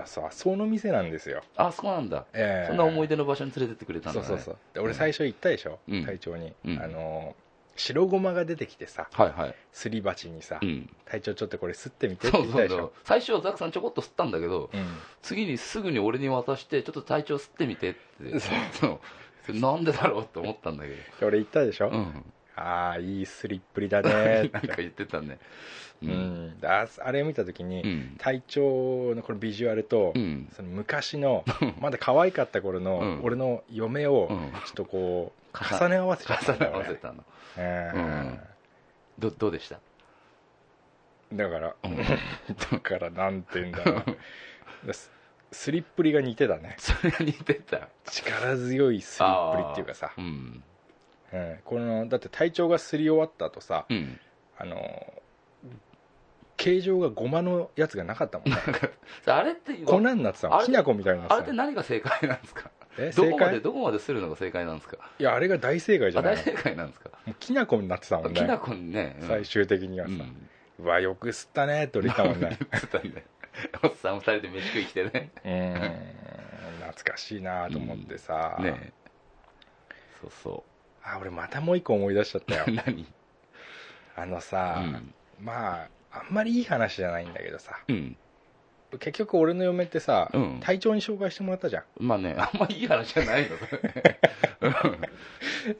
[SPEAKER 4] らさその店なんですよ
[SPEAKER 3] あそうなんだ
[SPEAKER 4] ええ
[SPEAKER 3] そんな思い出の場所に連れてってくれたんだ
[SPEAKER 4] そう
[SPEAKER 3] ね
[SPEAKER 4] そうそうで俺最初行ったでしょ、
[SPEAKER 3] うん
[SPEAKER 4] 隊長に、
[SPEAKER 3] うん
[SPEAKER 4] あのー白ごまが出てきてさ
[SPEAKER 3] はいはい
[SPEAKER 4] すり鉢にさ、
[SPEAKER 3] うん
[SPEAKER 4] 隊長ちょっとこれ吸ってみてって
[SPEAKER 3] そ
[SPEAKER 4] 言
[SPEAKER 3] う
[SPEAKER 4] った
[SPEAKER 3] そ
[SPEAKER 4] で
[SPEAKER 3] う
[SPEAKER 4] し
[SPEAKER 3] そう
[SPEAKER 4] ょ
[SPEAKER 3] 最初ザックさんちょこっと吸ったんだけど
[SPEAKER 4] うん
[SPEAKER 3] 次にすぐに俺に渡してちょっと体調吸ってみてってそうそれなんでだろうと思ったんだけ
[SPEAKER 4] で俺行ったでしょ、
[SPEAKER 3] どうん
[SPEAKER 4] ああいいすりっぷりだね
[SPEAKER 3] な
[SPEAKER 4] ー
[SPEAKER 3] ん
[SPEAKER 4] っ
[SPEAKER 3] か
[SPEAKER 4] て
[SPEAKER 3] 言ってたね う
[SPEAKER 4] うんん、でああれを見た時に、
[SPEAKER 3] うん
[SPEAKER 4] 隊長のこのビジュアルと、
[SPEAKER 3] うん
[SPEAKER 4] その昔のまだ可愛かった頃
[SPEAKER 3] う
[SPEAKER 4] の
[SPEAKER 3] ん
[SPEAKER 4] 俺の嫁をち
[SPEAKER 3] う
[SPEAKER 4] ょ
[SPEAKER 3] ん
[SPEAKER 4] っとこう
[SPEAKER 3] 重
[SPEAKER 4] 重ね合わせちゃった
[SPEAKER 3] 重
[SPEAKER 4] ん
[SPEAKER 3] ね
[SPEAKER 4] だ
[SPEAKER 3] 合
[SPEAKER 4] よ
[SPEAKER 3] わせ
[SPEAKER 4] ね
[SPEAKER 3] たの
[SPEAKER 4] うん
[SPEAKER 3] どどうでした
[SPEAKER 4] だから
[SPEAKER 3] うん
[SPEAKER 4] だからなんて言うんだろうすスリップリが似てたね
[SPEAKER 3] それに出た
[SPEAKER 4] 力強いスリップリっていうかさ
[SPEAKER 3] う、ん
[SPEAKER 4] うん、このだって体調がすり終わった後さ
[SPEAKER 3] うん
[SPEAKER 4] あの形状がごまのやつがなかったもんね
[SPEAKER 3] さあれって
[SPEAKER 4] 粉になってたも
[SPEAKER 3] あ
[SPEAKER 4] ん
[SPEAKER 3] れ
[SPEAKER 4] きな粉みたいになって
[SPEAKER 3] あ
[SPEAKER 4] たも
[SPEAKER 3] れっ
[SPEAKER 4] ん
[SPEAKER 3] て何が正解なんですか
[SPEAKER 4] え
[SPEAKER 3] ど
[SPEAKER 4] 正
[SPEAKER 3] こまで
[SPEAKER 4] 解
[SPEAKER 3] どこまでするのが正解なんですか
[SPEAKER 4] いやあれが大正解じ
[SPEAKER 3] あ
[SPEAKER 4] ゃない
[SPEAKER 3] 大
[SPEAKER 4] の
[SPEAKER 3] 正解なんですか
[SPEAKER 4] もうきな粉になってたもん
[SPEAKER 3] きな
[SPEAKER 4] ね
[SPEAKER 3] こにねうん
[SPEAKER 4] 最終的にはさ、
[SPEAKER 3] うん
[SPEAKER 4] うわよく吸ったねって俺言ったもん ね
[SPEAKER 3] 言ってたんだよおっさん二人で飯食い来てね
[SPEAKER 4] うん懐かしいなと思ってさ、
[SPEAKER 3] ねえそうそ
[SPEAKER 4] あ俺またもう一個思い出しちゃ ったよ
[SPEAKER 3] う何
[SPEAKER 4] あのさ、
[SPEAKER 3] うん
[SPEAKER 4] まああんまりいい話じゃないんだけどさ
[SPEAKER 3] うん
[SPEAKER 4] 結局俺の嫁ってさ、
[SPEAKER 3] うん
[SPEAKER 4] 隊長に紹介してもらったじゃん
[SPEAKER 3] まあねあんまいい話じゃないの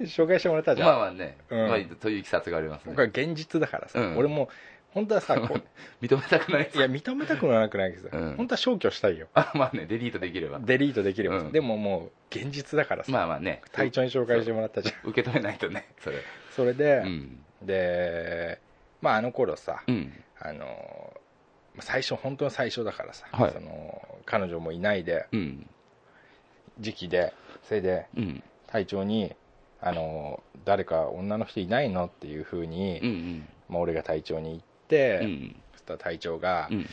[SPEAKER 4] 紹介してもら ったじゃん、
[SPEAKER 3] まあまあね
[SPEAKER 4] うん
[SPEAKER 3] まあといういきさつがありますね
[SPEAKER 4] これ現実だからさ、
[SPEAKER 3] うん
[SPEAKER 4] 俺も本当は さこう
[SPEAKER 3] 認めたくない
[SPEAKER 4] いや認めたくもなくないけどさ、
[SPEAKER 3] うん
[SPEAKER 4] 本当は消去したいよ
[SPEAKER 3] あまあねデリートできれば
[SPEAKER 4] デリートできればさ、
[SPEAKER 3] うん
[SPEAKER 4] でももう現実だからさ、
[SPEAKER 3] まあまあね
[SPEAKER 4] 隊長に紹介してもらったじゃん
[SPEAKER 3] 受け止めないとねそれ
[SPEAKER 4] それで
[SPEAKER 3] う、ん
[SPEAKER 4] でまああの頃さ、
[SPEAKER 3] うん
[SPEAKER 4] あのまあ最初本当の最初だからさ、
[SPEAKER 3] はい
[SPEAKER 4] その彼女もいないで
[SPEAKER 3] うん
[SPEAKER 4] 時期でそれで
[SPEAKER 3] うん
[SPEAKER 4] 隊長にあの誰か女の人いないのっていうふうに、
[SPEAKER 3] うん
[SPEAKER 4] まあ、俺が隊長に行っ
[SPEAKER 3] うんう
[SPEAKER 4] て、
[SPEAKER 3] ん
[SPEAKER 4] そしたら隊長が「
[SPEAKER 3] うん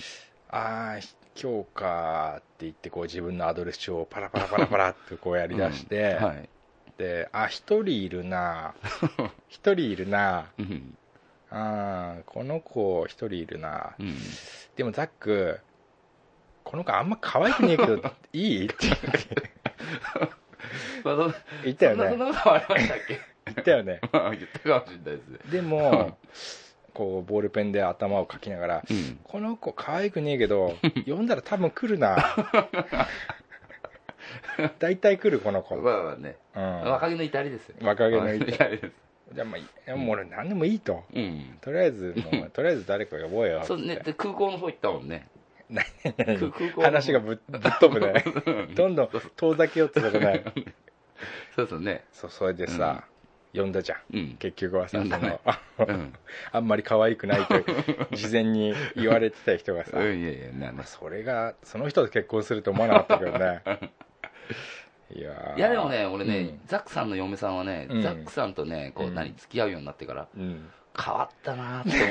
[SPEAKER 4] ああ今日か」って言ってこう自分のアドレス帳をパラパラパラパラってこうやりだして、
[SPEAKER 3] うんはい
[SPEAKER 4] で「あ一人いるな 一人いるな
[SPEAKER 3] うん
[SPEAKER 4] あーこの子一人いるな」
[SPEAKER 3] うん
[SPEAKER 4] でもザックこの子あんま可愛くねえ けどいいって
[SPEAKER 3] まあそんな
[SPEAKER 4] 言ったよ
[SPEAKER 3] そん
[SPEAKER 4] ね
[SPEAKER 3] なこともありましたっ け
[SPEAKER 4] 言ったよね
[SPEAKER 3] まあ言ったかもしれないですね
[SPEAKER 4] で もこうボールペンで頭をかきながら
[SPEAKER 3] うん
[SPEAKER 4] この子可愛くねえけど読んだら多分来る な大体来るこの子、うん、
[SPEAKER 3] まあまあね若気の至りですよ
[SPEAKER 4] 若気のい
[SPEAKER 3] 至りです
[SPEAKER 4] じゃあまあいやもう俺何でもいいと
[SPEAKER 3] うん
[SPEAKER 4] とりあえずもうとりあえず誰かが覚えようっつ
[SPEAKER 3] そう
[SPEAKER 4] っ
[SPEAKER 3] ね
[SPEAKER 4] て
[SPEAKER 3] で空港の方行ったもんね空
[SPEAKER 4] 何
[SPEAKER 3] 空港の
[SPEAKER 4] 話がぶっぶっ飛ぶねどんどん遠ざけようってこと ない
[SPEAKER 3] そうそうね
[SPEAKER 4] そうそれでさ、読んだじゃん
[SPEAKER 3] うん
[SPEAKER 4] 結局はさ、
[SPEAKER 3] 読んだね
[SPEAKER 4] その
[SPEAKER 3] うん
[SPEAKER 4] あんまり可愛くないと事前に言われてた人がさ、
[SPEAKER 3] うんいやいやな
[SPEAKER 4] ま
[SPEAKER 3] な
[SPEAKER 4] あ、それがその人と結婚すると思わなかったけどねいやー
[SPEAKER 3] いやでもね俺ね、
[SPEAKER 4] うん
[SPEAKER 3] ザックさんの嫁さんはね、
[SPEAKER 4] うん
[SPEAKER 3] ザックさんとねこう、
[SPEAKER 4] うん
[SPEAKER 3] 何付き合うようになってから
[SPEAKER 4] うん
[SPEAKER 3] 変わったなーって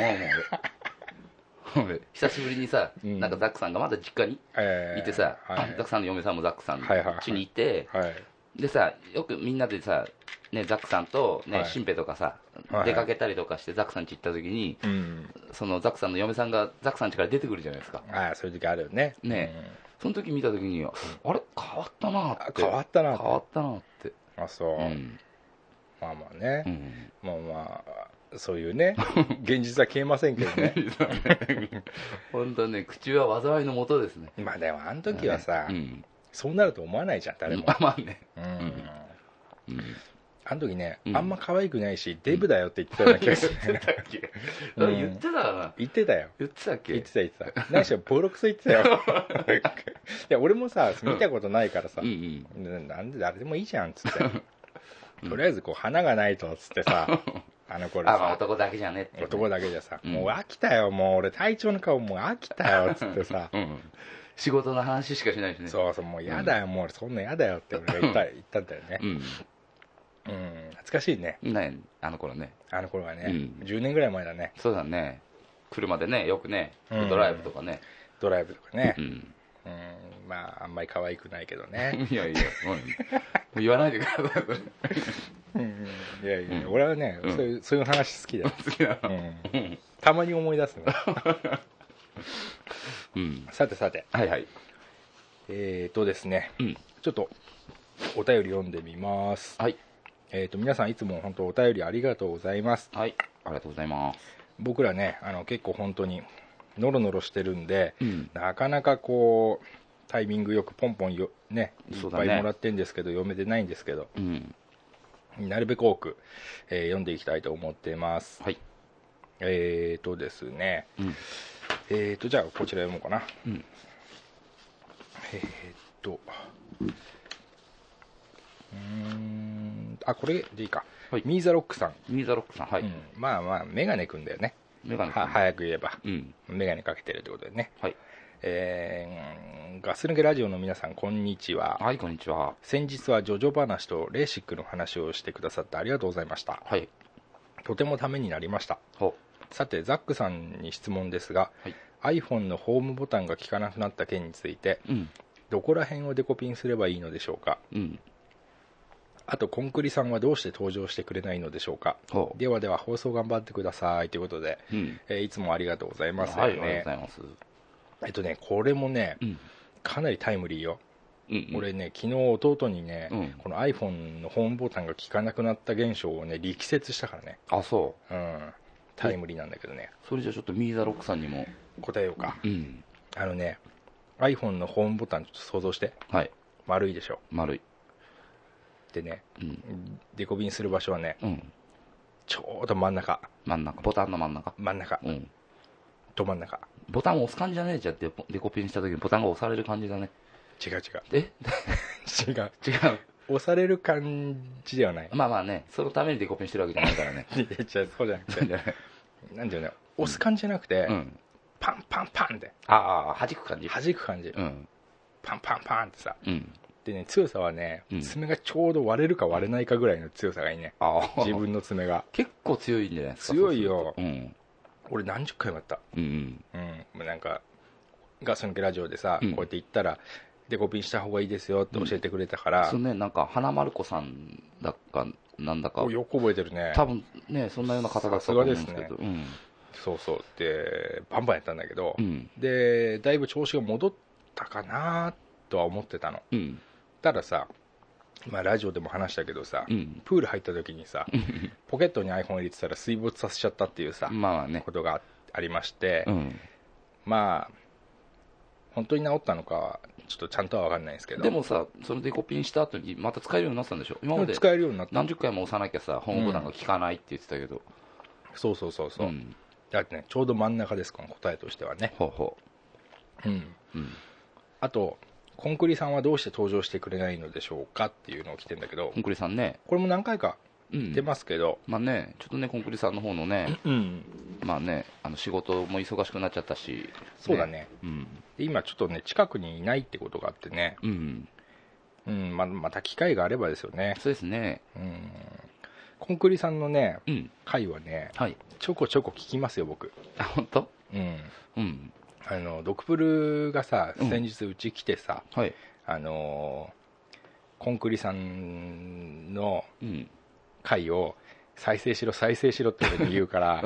[SPEAKER 3] 思うもん俺俺 久しぶりにさ、
[SPEAKER 4] うん
[SPEAKER 3] なんかザックさんがまだ実家に
[SPEAKER 4] えー
[SPEAKER 3] いてさ、
[SPEAKER 4] はい
[SPEAKER 3] ザックさんの嫁さんもザックさんの
[SPEAKER 4] はいはいはい
[SPEAKER 3] 家にいて、
[SPEAKER 4] はい
[SPEAKER 3] でさよくみんなでさ、ね、ザックさんと、ね
[SPEAKER 4] はい
[SPEAKER 3] シンペとかさ、
[SPEAKER 4] はい
[SPEAKER 3] 出かけたりとかしてザックさん家行った時に
[SPEAKER 4] うん
[SPEAKER 3] そのザックさんの嫁さんがザックさん家から出てくるじゃないですか
[SPEAKER 4] ああそういう時あるよね
[SPEAKER 3] ねその時見た時にあれ変わったなー
[SPEAKER 4] あ
[SPEAKER 3] って
[SPEAKER 4] 変わった
[SPEAKER 3] 変
[SPEAKER 4] な
[SPEAKER 3] わったなーって
[SPEAKER 4] あそう、
[SPEAKER 3] うん
[SPEAKER 4] まあまあね
[SPEAKER 3] う、ん
[SPEAKER 4] まあまあそういう ね現実は消えませんけどね
[SPEAKER 3] 本当ね口は災いのもとですね
[SPEAKER 4] まあでもあの時はさ、
[SPEAKER 3] うん
[SPEAKER 4] そうなると思わないじゃん誰も
[SPEAKER 3] まあまあね
[SPEAKER 4] うん
[SPEAKER 3] うん
[SPEAKER 4] あの時ね、
[SPEAKER 3] うん
[SPEAKER 4] あんま可愛くないしデブだよって言ってたような気がする、
[SPEAKER 3] 言ってたっけ
[SPEAKER 4] うん
[SPEAKER 3] 言ってたかな
[SPEAKER 4] 言ってたよ
[SPEAKER 3] 言ってたっ
[SPEAKER 4] 言っ
[SPEAKER 3] け
[SPEAKER 4] てた言ってた何しろボロクソ言 ってたよいや俺もさ見たことないからさ、
[SPEAKER 3] うんうん
[SPEAKER 4] ななんで誰でもいいじゃんっつって、
[SPEAKER 3] うん
[SPEAKER 4] とりあえずこう花がないとっつってさあの頃
[SPEAKER 3] あ、まあ
[SPEAKER 4] さ
[SPEAKER 3] 男だけじゃねって、ね、
[SPEAKER 4] 男だけじゃさ、
[SPEAKER 3] うん
[SPEAKER 4] もう飽きたよもう俺隊長の顔もう飽きたよっつってさ
[SPEAKER 3] うん仕事の話しかしないしねう、
[SPEAKER 4] そうそうもう嫌だよ、もう俺そんな嫌だよって俺が言った言ったんだよねうん懐かしいね
[SPEAKER 3] ん、ねあの頃ね
[SPEAKER 4] あの頃はね、
[SPEAKER 3] うん
[SPEAKER 4] 10年ぐらい前だね
[SPEAKER 3] そうだね車でねよくね
[SPEAKER 4] うん
[SPEAKER 3] ドライブとかね、
[SPEAKER 4] ドライブとかね
[SPEAKER 3] うん
[SPEAKER 4] うんまああんまり可愛くないけどね
[SPEAKER 3] いやいや、うんもう言わないでくださいそ
[SPEAKER 4] う
[SPEAKER 3] れ
[SPEAKER 4] んいやいや、
[SPEAKER 3] うん
[SPEAKER 4] 俺はね、
[SPEAKER 3] うん
[SPEAKER 4] そういうそういう話好きだよ、
[SPEAKER 3] 好きな
[SPEAKER 4] う
[SPEAKER 3] の
[SPEAKER 4] ん
[SPEAKER 3] うん、
[SPEAKER 4] たまに思い出 すね
[SPEAKER 3] うん、
[SPEAKER 4] さてさて
[SPEAKER 3] はいはい
[SPEAKER 4] えーとですね、
[SPEAKER 3] うん
[SPEAKER 4] ちょっとお便り読んでみます、
[SPEAKER 3] はい
[SPEAKER 4] えー、と皆さんいつも本当お便りありがとうございます
[SPEAKER 3] はいありがとうございます
[SPEAKER 4] 僕らねあの結構本当にノロノロしてるんで
[SPEAKER 3] うん
[SPEAKER 4] なかなかこうタイミングよくポンポンよ、ね、い
[SPEAKER 3] そ
[SPEAKER 4] っ
[SPEAKER 3] うだね
[SPEAKER 4] ぱいもらってんですけど、読めてないんですけど
[SPEAKER 3] うん
[SPEAKER 4] なるべく多く、えー読んでいきたいと思ってます
[SPEAKER 3] はい
[SPEAKER 4] えーとですね
[SPEAKER 3] うん
[SPEAKER 4] えーとじゃあこちら読もうかな
[SPEAKER 3] うん
[SPEAKER 4] えーっと、うーん、あ、これでいいか、
[SPEAKER 3] はい
[SPEAKER 4] ミーザロックさん、
[SPEAKER 3] ミーザロックさんはい、
[SPEAKER 4] うん、まあまあ、メガネくんだよね、
[SPEAKER 3] メガネ
[SPEAKER 4] は早く言えば、
[SPEAKER 3] うん
[SPEAKER 4] メガネかけてるってことでね、
[SPEAKER 3] はい
[SPEAKER 4] えーうんガス抜けラジオの皆さん、こんにちは。
[SPEAKER 3] はいこんにちは
[SPEAKER 4] 先日はジョジョ話とレーシックの話をしてくださってありがとうございました。
[SPEAKER 3] はい
[SPEAKER 4] とてもためになりました。
[SPEAKER 3] ほ
[SPEAKER 4] さて、ザックさんに質問ですが、iPhone のホームボタンが効かなくなった件について、
[SPEAKER 3] うん
[SPEAKER 4] どこら辺をデコピンすればいいのでしょうか
[SPEAKER 3] うん
[SPEAKER 4] あと、コンクリさんはどうして登場してくれないのでしょうか。
[SPEAKER 3] ほ
[SPEAKER 4] ではでは、放送頑張ってくださいということで、
[SPEAKER 3] ううん
[SPEAKER 4] えーいつもありがとうございます、
[SPEAKER 3] はいありがとう
[SPEAKER 4] ね
[SPEAKER 3] ございます
[SPEAKER 4] えっとね、これもね、
[SPEAKER 3] うん
[SPEAKER 4] かなりタイムリーよ。
[SPEAKER 3] うんうん
[SPEAKER 4] 俺ね、昨日弟にね、
[SPEAKER 3] うん
[SPEAKER 4] この iPhone のホームボタンが効かなくなった現象をね、力説したからね。
[SPEAKER 3] あそう
[SPEAKER 4] うん。タイムリーなんだけどね。
[SPEAKER 3] それじゃあちょっとミーザロックさんにも
[SPEAKER 4] 答えようか。
[SPEAKER 3] うん
[SPEAKER 4] あのね、iPhone のホームボタンちょっと想像して。
[SPEAKER 3] はい
[SPEAKER 4] 丸いでしょ。
[SPEAKER 3] 丸い
[SPEAKER 4] でね、
[SPEAKER 3] うん
[SPEAKER 4] デコビンする場所はね、
[SPEAKER 3] うん
[SPEAKER 4] ちょうど真ん中。
[SPEAKER 3] 真ん中ボタンの真ん中
[SPEAKER 4] 真ん中。
[SPEAKER 3] うん
[SPEAKER 4] ど真ん中。
[SPEAKER 3] ボタンを押す感じじゃねえじゃんデコデコピンした時にボタンが押される感じだね
[SPEAKER 4] 違う違う。
[SPEAKER 3] え
[SPEAKER 4] 違う。
[SPEAKER 3] 違う
[SPEAKER 4] 押される感じではない。
[SPEAKER 3] まあまあねそのためにデコピンしてるわけじゃないからね
[SPEAKER 4] いや違う、そうじゃなくて。なんていうの押す感じじゃなくて、
[SPEAKER 3] うん
[SPEAKER 4] パンパンパンって、
[SPEAKER 3] ああ弾く感じ
[SPEAKER 4] 弾く感じ、
[SPEAKER 3] うん
[SPEAKER 4] パンパンパンってさ。
[SPEAKER 3] うん
[SPEAKER 4] でね、強さはね、
[SPEAKER 3] うん
[SPEAKER 4] 爪がちょうど割れるか割れないかぐらいの強さがいいね。
[SPEAKER 3] ああ
[SPEAKER 4] 自分の爪が。
[SPEAKER 3] 結構強いんじゃないですか
[SPEAKER 4] 強いよ
[SPEAKER 3] そうする
[SPEAKER 4] 俺何十回もやった。
[SPEAKER 3] とうんうん
[SPEAKER 4] うん。もうなんか、ガス抜けラジオでさ、
[SPEAKER 3] うん
[SPEAKER 4] こうやって言ったら、デコピンした方がいいですよって教えてくれたから、
[SPEAKER 3] そうねなんか花丸子さんだかなんだか
[SPEAKER 4] およく覚えてるね。
[SPEAKER 3] 多分ねそんなような方だったと思うんですけ
[SPEAKER 4] さす
[SPEAKER 3] ど
[SPEAKER 4] が
[SPEAKER 3] うん
[SPEAKER 4] そうそう。で、バンバンやったんだけど、
[SPEAKER 3] うん
[SPEAKER 4] でだいぶ調子が戻ったかなとは思ってたの
[SPEAKER 3] うん
[SPEAKER 4] たださ、まあ、ラジオでも話したけどさ、
[SPEAKER 3] うん
[SPEAKER 4] プール入った時にさポケットに iPhone 入れてたら水没させちゃったっていうさ、
[SPEAKER 3] まあね
[SPEAKER 4] こと があありまして、
[SPEAKER 3] うん
[SPEAKER 4] まあ本当に治ったのかはちょっとちゃんとは分かんないですけど
[SPEAKER 3] でもさそのデコピンした後にまた使えるようになったんでしょ今ま
[SPEAKER 4] で
[SPEAKER 3] で
[SPEAKER 4] も使えるようになった
[SPEAKER 3] 何十回も押さなきゃさホームボタンが効かないって言ってたけど
[SPEAKER 4] そうそうそうそう、
[SPEAKER 3] ん
[SPEAKER 4] だってねちょうど真ん中ですこの答えとしてはね、
[SPEAKER 3] ほうほ
[SPEAKER 4] うん、
[SPEAKER 3] ううん
[SPEAKER 4] あとコンクリさんはどうして登場してくれないのでしょうかっていうのを来てんだけど
[SPEAKER 3] コンクリさんね
[SPEAKER 4] これも何回か
[SPEAKER 3] うん
[SPEAKER 4] 出ますけど、
[SPEAKER 3] まあねちょっとねコンクリさんの方のね
[SPEAKER 4] うん、
[SPEAKER 3] まあねあの仕事も忙しくなっちゃったし
[SPEAKER 4] そうだね
[SPEAKER 3] うん
[SPEAKER 4] で今ちょっとね近くにいないってことがあってね、
[SPEAKER 3] うん
[SPEAKER 4] うん、ままた機会があればですよね、
[SPEAKER 3] そうですね
[SPEAKER 4] うん、コンクリさんのね
[SPEAKER 3] うん
[SPEAKER 4] 回はね
[SPEAKER 3] はい
[SPEAKER 4] ちょこちょこ聞きますよ僕、
[SPEAKER 3] あ本当
[SPEAKER 4] うん、
[SPEAKER 3] うん
[SPEAKER 4] あのドクプルがさ
[SPEAKER 3] うん
[SPEAKER 4] 先日うち来てさ、
[SPEAKER 3] はい
[SPEAKER 4] あのーコンクリさんの
[SPEAKER 3] うん
[SPEAKER 4] 回を再生しろ再生しろって俺に言うから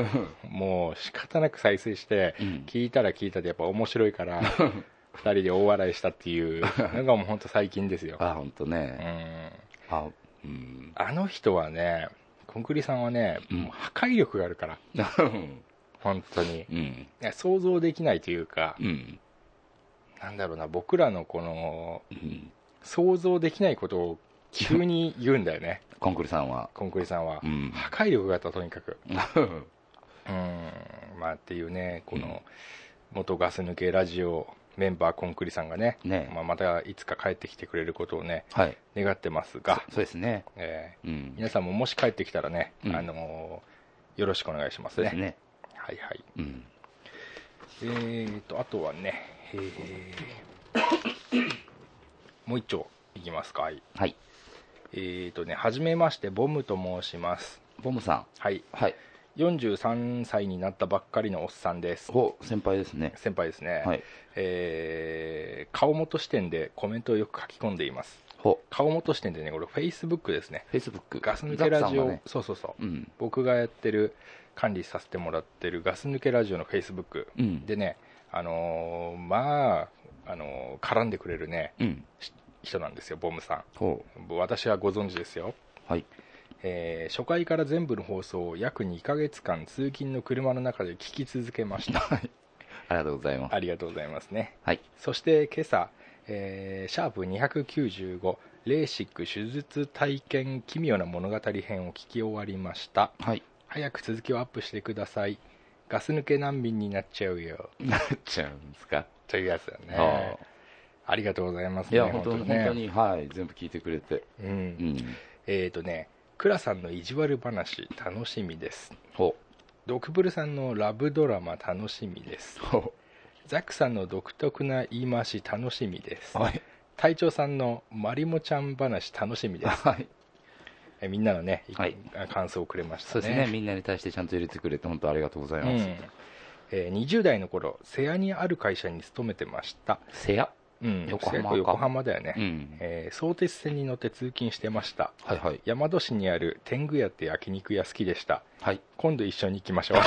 [SPEAKER 4] も う仕方なく再生して
[SPEAKER 3] うん
[SPEAKER 4] 聞いたら聞いたでやっぱ面白いから 二人で大笑いしたっていうのがもう本当最近ですよ
[SPEAKER 3] あ本当
[SPEAKER 4] う
[SPEAKER 3] ね
[SPEAKER 4] ん
[SPEAKER 3] あうん
[SPEAKER 4] あの人はね、コンクリさんはね、
[SPEAKER 3] うん
[SPEAKER 4] もう破壊力があるから、本当に。い
[SPEAKER 3] うん
[SPEAKER 4] や想像できないというか、
[SPEAKER 3] うん
[SPEAKER 4] なんだろうな、僕らのこの、
[SPEAKER 3] うん
[SPEAKER 4] 想像できないことを急に言うんだよね
[SPEAKER 3] コンクリさんは。
[SPEAKER 4] コンクリさんは
[SPEAKER 3] うん。
[SPEAKER 4] 破壊力があったとにかくうんまあっていうねこの元ガス抜けラジオメンバーコンクリさんがね、
[SPEAKER 3] ね
[SPEAKER 4] まあ、またいつか帰ってきてくれることをね
[SPEAKER 3] はい。
[SPEAKER 4] 願ってますが、
[SPEAKER 3] そそうですね。
[SPEAKER 4] えー
[SPEAKER 3] うん。
[SPEAKER 4] 皆さんももし帰ってきたらね、
[SPEAKER 3] うん
[SPEAKER 4] あのーよろしくお願いします
[SPEAKER 3] そう
[SPEAKER 4] ね
[SPEAKER 3] ですね。
[SPEAKER 4] はいはい
[SPEAKER 3] うん。
[SPEAKER 4] えーとあとはね、えーもう一丁いきますかはい
[SPEAKER 3] はい。
[SPEAKER 4] えーとねはじめましてボムと申します
[SPEAKER 3] ボムさん。
[SPEAKER 4] はい
[SPEAKER 3] はい。
[SPEAKER 4] 43歳になったばっかりのおっさんです
[SPEAKER 3] お、先輩ですね。
[SPEAKER 4] 先輩ですね、
[SPEAKER 3] はい。
[SPEAKER 4] えー顔元視点でコメントをよく書き込んでいます
[SPEAKER 3] ほ、
[SPEAKER 4] 顔元視点でねこれフェイスブックですね
[SPEAKER 3] Facebook。
[SPEAKER 4] ガス抜けラジ
[SPEAKER 3] ザックさん
[SPEAKER 4] オ、
[SPEAKER 3] がね
[SPEAKER 4] そうそうそう
[SPEAKER 3] うん。
[SPEAKER 4] 僕がやってる管理させてもらってるガス抜けラジオのフェイスブック
[SPEAKER 3] うん。
[SPEAKER 4] でねあのーまあ、あのー絡んでくれるね
[SPEAKER 3] うん。
[SPEAKER 4] 人なんですよボムさ
[SPEAKER 3] ほ
[SPEAKER 4] ん私はご存知ですよ
[SPEAKER 3] う。はい。
[SPEAKER 4] えー初回から全部の放送を約2ヶ月間通勤の車の中で聞き続け ました
[SPEAKER 3] ありがとうございます。
[SPEAKER 4] ありがとうございますね
[SPEAKER 3] はい。
[SPEAKER 4] そして今朝、えーシャープ295レーシック手術体験奇妙な物語編を聞き終わりました
[SPEAKER 3] はい。
[SPEAKER 4] 早く続きをアップしてくださいガス抜け難民になっちゃうよ
[SPEAKER 3] なっちゃうんですか。
[SPEAKER 4] というやつだ
[SPEAKER 3] あ
[SPEAKER 4] ねありがとうございます
[SPEAKER 3] ーい
[SPEAKER 4] ね
[SPEAKER 3] や、本当に、本当
[SPEAKER 4] ね
[SPEAKER 3] に、はい。全部聞いてくれて。
[SPEAKER 4] う
[SPEAKER 3] うんん。
[SPEAKER 4] えっ、とね倉さんの意地悪話楽しみです
[SPEAKER 3] ほ
[SPEAKER 4] ドクブルさんのラブドラマ楽しみです
[SPEAKER 3] う。ほ
[SPEAKER 4] ザクさんの独特な言い回し楽しみです
[SPEAKER 3] う。はい。
[SPEAKER 4] 隊長さんのまりもちゃん話楽しみです
[SPEAKER 3] はい。
[SPEAKER 4] えみんなのね、い
[SPEAKER 3] はい
[SPEAKER 4] 感想をくれましたね
[SPEAKER 3] そうですね。みんなに対してちゃんと入れてくれて、本当ありがとうございます。
[SPEAKER 4] うんえー20代の頃瀬谷にある会社に勤めてました、
[SPEAKER 3] せや。
[SPEAKER 4] うん
[SPEAKER 3] 横浜か
[SPEAKER 4] 瀬谷横浜だよね、
[SPEAKER 3] うん。
[SPEAKER 4] えー相鉄線に乗って通勤してました
[SPEAKER 3] はいはい。
[SPEAKER 4] 山戸市にある天狗屋って焼肉屋好きでした
[SPEAKER 3] はい。
[SPEAKER 4] 今度一緒に行きましょ う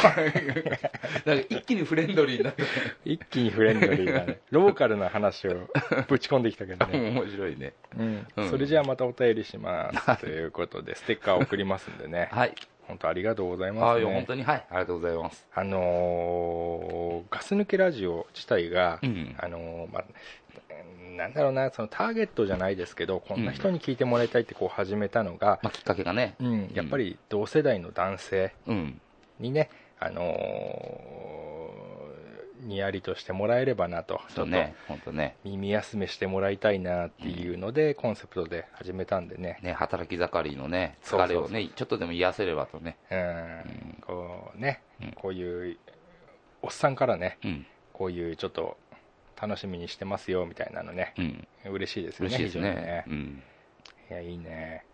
[SPEAKER 3] なんか一気にフレンドリーになって、
[SPEAKER 4] 一気にフレンドリー な、ね、ローカルな話をぶち込んできたけどね、
[SPEAKER 3] 面白いね。
[SPEAKER 4] うん
[SPEAKER 3] うん
[SPEAKER 4] それじゃあまたお便りしますということでステッカーを送りますんでね
[SPEAKER 3] はい。
[SPEAKER 4] 本当ありがとうございま
[SPEAKER 3] ああ、
[SPEAKER 4] す、
[SPEAKER 3] い
[SPEAKER 4] ね、
[SPEAKER 3] や、本当に、はい。ありがとうございます。
[SPEAKER 4] あのーガス抜けラジオ自体が、
[SPEAKER 3] うん
[SPEAKER 4] あのーまあ、なんだろうな、そのターゲットじゃないですけど、こんな人に聞いてもらいたいってこう始めたのが、
[SPEAKER 3] まあ、きっかけがね。
[SPEAKER 4] うんやっぱり同世代の男性
[SPEAKER 3] うん。
[SPEAKER 4] にね、あのーにやりとしてもらえればなと、
[SPEAKER 3] そうね。本当ね。
[SPEAKER 4] ちょっと耳休めしてもらいたいなっていうので、コンセプトで始めたんでね、
[SPEAKER 3] ね、働き盛りのね、
[SPEAKER 4] そうそう
[SPEAKER 3] 疲
[SPEAKER 4] そ
[SPEAKER 3] れ
[SPEAKER 4] う
[SPEAKER 3] をね、ちょっとでも癒せればとね。
[SPEAKER 4] うんこうね、こういうおっさんからね、
[SPEAKER 3] うん。
[SPEAKER 4] こういうちょっと楽しみにしてますよみたいなのね、
[SPEAKER 3] うん。
[SPEAKER 4] 嬉しいですよね、
[SPEAKER 3] 嬉しいですね。
[SPEAKER 4] 非
[SPEAKER 3] う
[SPEAKER 4] 常にねい
[SPEAKER 3] ん。
[SPEAKER 4] や、いいね。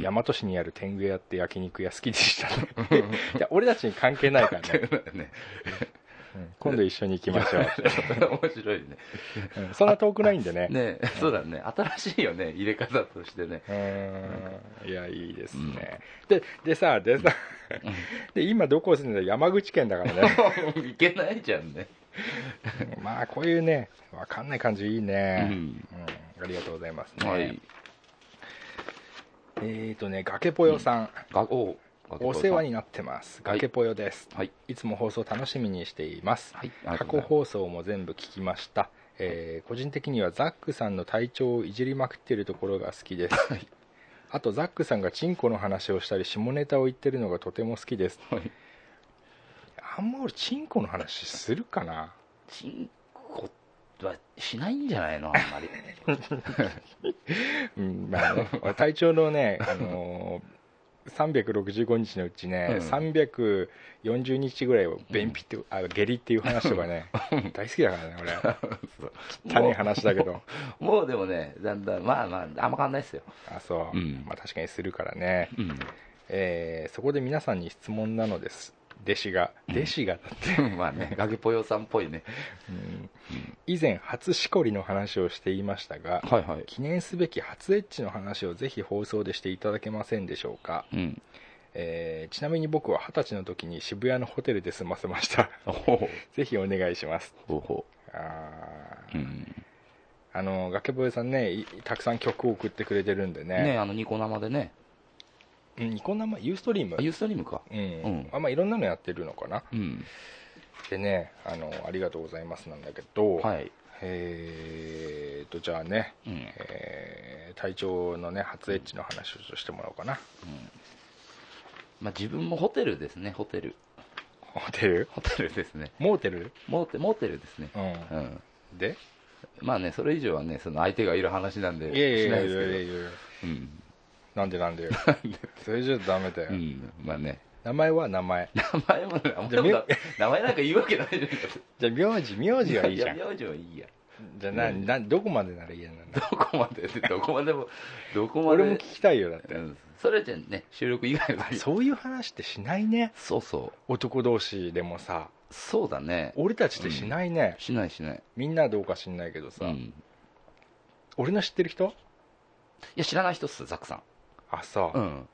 [SPEAKER 4] 大和市にある天狗屋って焼肉屋好きでした ねいや俺たちに関係ないからね、
[SPEAKER 3] ね。
[SPEAKER 4] うん今度一緒に行きましょうって、
[SPEAKER 3] 面白いね。
[SPEAKER 4] うんそんな遠くないんでね
[SPEAKER 3] ね、そうだね。新しいよね。入れ方としてね。
[SPEAKER 4] うんいやいいですね、ででさでさで今どこ住んでる山口県だからね
[SPEAKER 3] いけないじゃんね。
[SPEAKER 4] まあこういうねわかんない感じいいね、
[SPEAKER 3] うん
[SPEAKER 4] うんありがとうございますね、
[SPEAKER 3] はい。
[SPEAKER 4] えっ、とね崖ぽよさん、
[SPEAKER 3] がお
[SPEAKER 4] お世話
[SPEAKER 3] に。
[SPEAKER 4] になってます
[SPEAKER 3] はい
[SPEAKER 4] 崖ぽよです、
[SPEAKER 3] はい。
[SPEAKER 4] い、つも放送楽しみにしています、
[SPEAKER 3] はい。
[SPEAKER 4] 過去放送も全部聞きました、えー個人的にはザックさんの体調をいじりまくってるところが好きです、
[SPEAKER 3] い
[SPEAKER 4] あとザックさんがチンコの話をしたり下ネタを言ってるのがとても好きです
[SPEAKER 3] はい
[SPEAKER 4] あんま俺チンコの話するかな
[SPEAKER 3] チンコはしないんじゃないのあんまり。
[SPEAKER 4] うんまあ ね俺体調のね、あのー365日のうちね、
[SPEAKER 3] うん
[SPEAKER 4] 340日ぐらいを便秘って、あ下痢っていう話とかね大好きだからね 俺汚い話だけど
[SPEAKER 3] もうでもね、だんだん、まあまあ、あんま変わんないですよ。
[SPEAKER 4] あそう、
[SPEAKER 3] うん
[SPEAKER 4] まあ確かにするからね、
[SPEAKER 3] うん。
[SPEAKER 4] えーそこで皆さんに質問なのです弟子が弟子がだって、
[SPEAKER 3] まあね、崖ぽよさんっぽいね。
[SPEAKER 4] うん以前初しこりの話をしていましたが
[SPEAKER 3] はいはい。
[SPEAKER 4] 記念すべき初エッチの話をぜひ放送でしていただけませんでしょうか
[SPEAKER 3] うん。
[SPEAKER 4] えーちなみに僕は二十歳の時に渋谷のホテルで済ませました
[SPEAKER 3] ほう
[SPEAKER 4] ぜひお願いします
[SPEAKER 3] ほうほ
[SPEAKER 4] あ
[SPEAKER 3] う。う
[SPEAKER 4] ー
[SPEAKER 3] ん。
[SPEAKER 4] あの崖坊さんねいたくさん曲を送ってくれてるんで
[SPEAKER 3] ね
[SPEAKER 4] ね
[SPEAKER 3] あの、ニコ生でね。
[SPEAKER 4] うんニコ生ユーストリーム
[SPEAKER 3] あ、ユーストリームか。
[SPEAKER 4] うん、
[SPEAKER 3] うん
[SPEAKER 4] あまあいろんなのやってるのかな
[SPEAKER 3] うん。
[SPEAKER 4] でねあのありがとうございますなんだけど、
[SPEAKER 3] はい。
[SPEAKER 4] えーっとじゃあね、
[SPEAKER 3] うん。
[SPEAKER 4] ええー隊長のね初エッチの話をちょっとしてもらおうかな
[SPEAKER 3] まあ、自分もホテルですね、ホテル。
[SPEAKER 4] ホテル
[SPEAKER 3] ホテルですね。
[SPEAKER 4] モーテル
[SPEAKER 3] モーテモーテルですね。
[SPEAKER 4] う
[SPEAKER 3] うんん。
[SPEAKER 4] で
[SPEAKER 3] まあね、それ以上はね、その相手がいる話なんで、
[SPEAKER 4] いやいや
[SPEAKER 3] し
[SPEAKER 4] い
[SPEAKER 3] な
[SPEAKER 4] や
[SPEAKER 3] い
[SPEAKER 4] い
[SPEAKER 3] です
[SPEAKER 4] やいや
[SPEAKER 3] け
[SPEAKER 4] い
[SPEAKER 3] ど。
[SPEAKER 4] や
[SPEAKER 3] うん。
[SPEAKER 4] なん でなんでよそれじゃダメだよ、
[SPEAKER 3] うん。まあね、
[SPEAKER 4] 名前は名前
[SPEAKER 3] 名前も、名前も名前なんか言うわけないじゃないですか。
[SPEAKER 4] じゃあ名字名字はいいじゃん
[SPEAKER 3] や名字はいいや。
[SPEAKER 4] じゃあな
[SPEAKER 3] うん
[SPEAKER 4] などこまでなら言えるんだ
[SPEAKER 3] どこまで、どこまでも、どこまで
[SPEAKER 4] 俺も聞きたいよだって
[SPEAKER 3] うんそれじゃね、収録以外は
[SPEAKER 4] あそういう話ってしないね
[SPEAKER 3] そうそう。
[SPEAKER 4] 男同士でもさ
[SPEAKER 3] そうだね。
[SPEAKER 4] 俺たちってしないね、
[SPEAKER 3] しないしない。
[SPEAKER 4] みんなどうか知んないけどさ、
[SPEAKER 3] うん。
[SPEAKER 4] 俺の知ってる人
[SPEAKER 3] いや、知らない人っす、ザクさん。
[SPEAKER 4] あそう、
[SPEAKER 3] うん。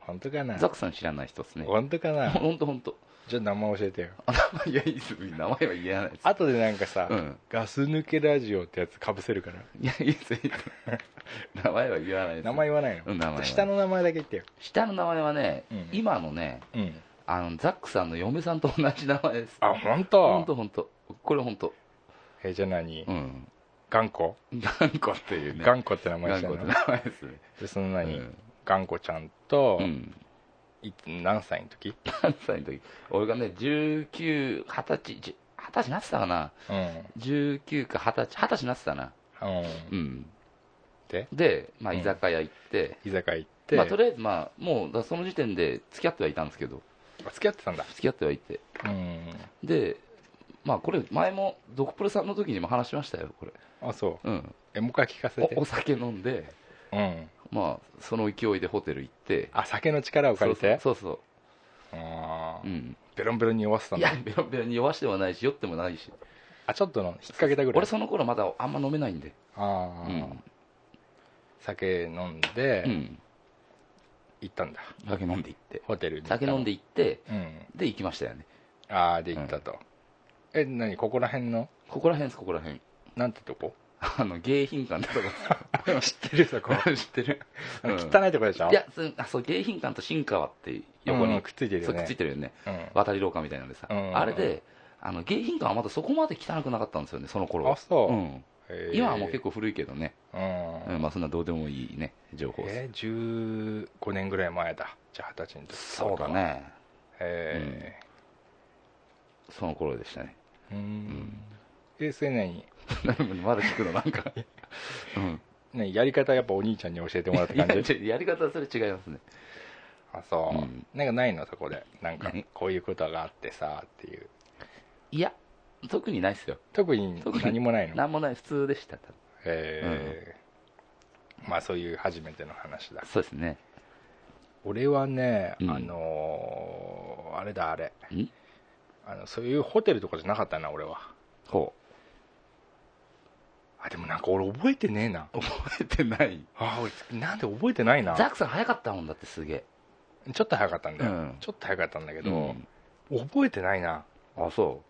[SPEAKER 4] 本当かな
[SPEAKER 3] ザクさん知らない人っすね。
[SPEAKER 4] 本当か な
[SPEAKER 3] ほんとほんと。
[SPEAKER 4] じゃあ名前教えてよ
[SPEAKER 3] あ名前いや、いいっす。名前は言えないです。
[SPEAKER 4] 後でなんかさ、
[SPEAKER 3] うん。
[SPEAKER 4] ガス抜けラジオってやつかぶせるから
[SPEAKER 3] いや、いいっす、いいっ す。名前は言わないです。
[SPEAKER 4] 名前言わないの、
[SPEAKER 3] うん名前は
[SPEAKER 4] 下の名前だけ言ってよ
[SPEAKER 3] 下の名前はね、
[SPEAKER 4] うん
[SPEAKER 3] 今のね、
[SPEAKER 4] うん
[SPEAKER 3] あの、ザックさんの嫁さんと同じ名前です。
[SPEAKER 4] あ本当
[SPEAKER 3] ほんとほんと。これほんと。
[SPEAKER 4] えじゃあ何、
[SPEAKER 3] うん。
[SPEAKER 4] 頑固
[SPEAKER 3] 頑固っていうね。
[SPEAKER 4] 頑固って名前
[SPEAKER 3] 頑
[SPEAKER 4] した
[SPEAKER 3] 固
[SPEAKER 4] の
[SPEAKER 3] って名前ですね。
[SPEAKER 4] でその何、
[SPEAKER 3] うん
[SPEAKER 4] 頑固ちゃんと、
[SPEAKER 3] うん。
[SPEAKER 4] いつ何歳の時、
[SPEAKER 3] 何歳の時俺がね1920歳10 20歳になってたかな
[SPEAKER 4] うん
[SPEAKER 3] 19か20歳20歳になってたな
[SPEAKER 4] うん、
[SPEAKER 3] うん
[SPEAKER 4] で
[SPEAKER 3] で、まあ、
[SPEAKER 4] うん
[SPEAKER 3] 居酒屋行って、
[SPEAKER 4] 居酒屋行って、
[SPEAKER 3] まあ、とりあえずまあもうだその時点で付き合ってはいたんですけど
[SPEAKER 4] あ付き合ってたんだ
[SPEAKER 3] 付き合ってはいて
[SPEAKER 4] うん
[SPEAKER 3] でまあこれ前もドクプルさんの時にも話しましたよこれ
[SPEAKER 4] あそう
[SPEAKER 3] うん
[SPEAKER 4] えもう一回聞かせて
[SPEAKER 3] おお酒飲んで
[SPEAKER 4] うん
[SPEAKER 3] まあその勢いでホテル行って
[SPEAKER 4] あ酒の力を借りて
[SPEAKER 3] そうそう
[SPEAKER 4] あ
[SPEAKER 3] そう、うん、
[SPEAKER 4] ベロンベロンに酔わせたん
[SPEAKER 3] い
[SPEAKER 4] だ
[SPEAKER 3] やベロベロに酔わしてもないし酔ってもないし
[SPEAKER 4] あちょっとの引っ掛けたぐらい
[SPEAKER 3] 俺その頃まだあんま飲めないんで
[SPEAKER 4] ああ、
[SPEAKER 3] うん
[SPEAKER 4] 酒飲んで、
[SPEAKER 3] うん
[SPEAKER 4] 行ったんだ
[SPEAKER 3] 酒飲んで行って
[SPEAKER 4] ホテルに行った
[SPEAKER 3] 酒
[SPEAKER 4] の
[SPEAKER 3] 飲んで行って
[SPEAKER 4] うん
[SPEAKER 3] で行きましたよね
[SPEAKER 4] ああで行ったと、え何ここら辺の
[SPEAKER 3] ここら辺ですここら辺
[SPEAKER 4] なんてと こ
[SPEAKER 3] あの迎賓館ってと
[SPEAKER 4] 知ってるよそこ
[SPEAKER 3] こ 知ってる、
[SPEAKER 4] あ
[SPEAKER 3] う
[SPEAKER 4] の
[SPEAKER 3] ん
[SPEAKER 4] 汚いとこでしょ
[SPEAKER 3] いやそうあそう迎賓館と新川って横
[SPEAKER 4] うん
[SPEAKER 3] に
[SPEAKER 4] くっついてる
[SPEAKER 3] そ
[SPEAKER 4] よ
[SPEAKER 3] うくっ
[SPEAKER 4] ね
[SPEAKER 3] ついてるよね
[SPEAKER 4] う
[SPEAKER 3] 渡り廊下みたいなんでさ、
[SPEAKER 4] うん
[SPEAKER 3] あれであの迎賓館はまだそこまで汚くなかったんですよねその頃
[SPEAKER 4] ん、あ
[SPEAKER 3] は
[SPEAKER 4] そう、
[SPEAKER 3] うん、
[SPEAKER 4] へー
[SPEAKER 3] 今はもう結構古いけどね、
[SPEAKER 4] うん、
[SPEAKER 3] うんまあ、そんなどうでもいいね情報です、
[SPEAKER 4] えー、15年ぐらい前だじゃあ二十歳の時
[SPEAKER 3] そうだね
[SPEAKER 4] へ
[SPEAKER 3] その頃でしたね
[SPEAKER 4] えうん、えそれ何
[SPEAKER 3] まだ聞くのなん か、うん、
[SPEAKER 4] ね、やり方やっぱお兄ちゃんに教えてもらっ
[SPEAKER 3] い
[SPEAKER 4] た
[SPEAKER 3] や
[SPEAKER 4] 感じ
[SPEAKER 3] ちょやり方はそれ違いますね
[SPEAKER 4] あそう、
[SPEAKER 3] うん
[SPEAKER 4] なんかないのそこでなんか
[SPEAKER 3] 何
[SPEAKER 4] こういうことがあってさっていう
[SPEAKER 3] いや特にないっすよ
[SPEAKER 4] 特に
[SPEAKER 3] 特に
[SPEAKER 4] 何もないの
[SPEAKER 3] なんもない普通でした多分
[SPEAKER 4] えーまあそういう初めての話だ
[SPEAKER 3] そうですね
[SPEAKER 4] 俺はね、
[SPEAKER 3] うん
[SPEAKER 4] あのーあれだあれ
[SPEAKER 3] ん
[SPEAKER 4] あのそういうホテルとかじゃなかったな俺は
[SPEAKER 3] ほ
[SPEAKER 4] あでもなんか俺覚えてねえな
[SPEAKER 3] う覚えてない
[SPEAKER 4] あ俺なんで覚えてないな
[SPEAKER 3] ザックさん早かったもんだってすげえ
[SPEAKER 4] ちょっと早かったんだよ、
[SPEAKER 3] うん
[SPEAKER 4] ちょっと早かったんだけ
[SPEAKER 3] けど、
[SPEAKER 4] ど、覚えてないな
[SPEAKER 3] あそ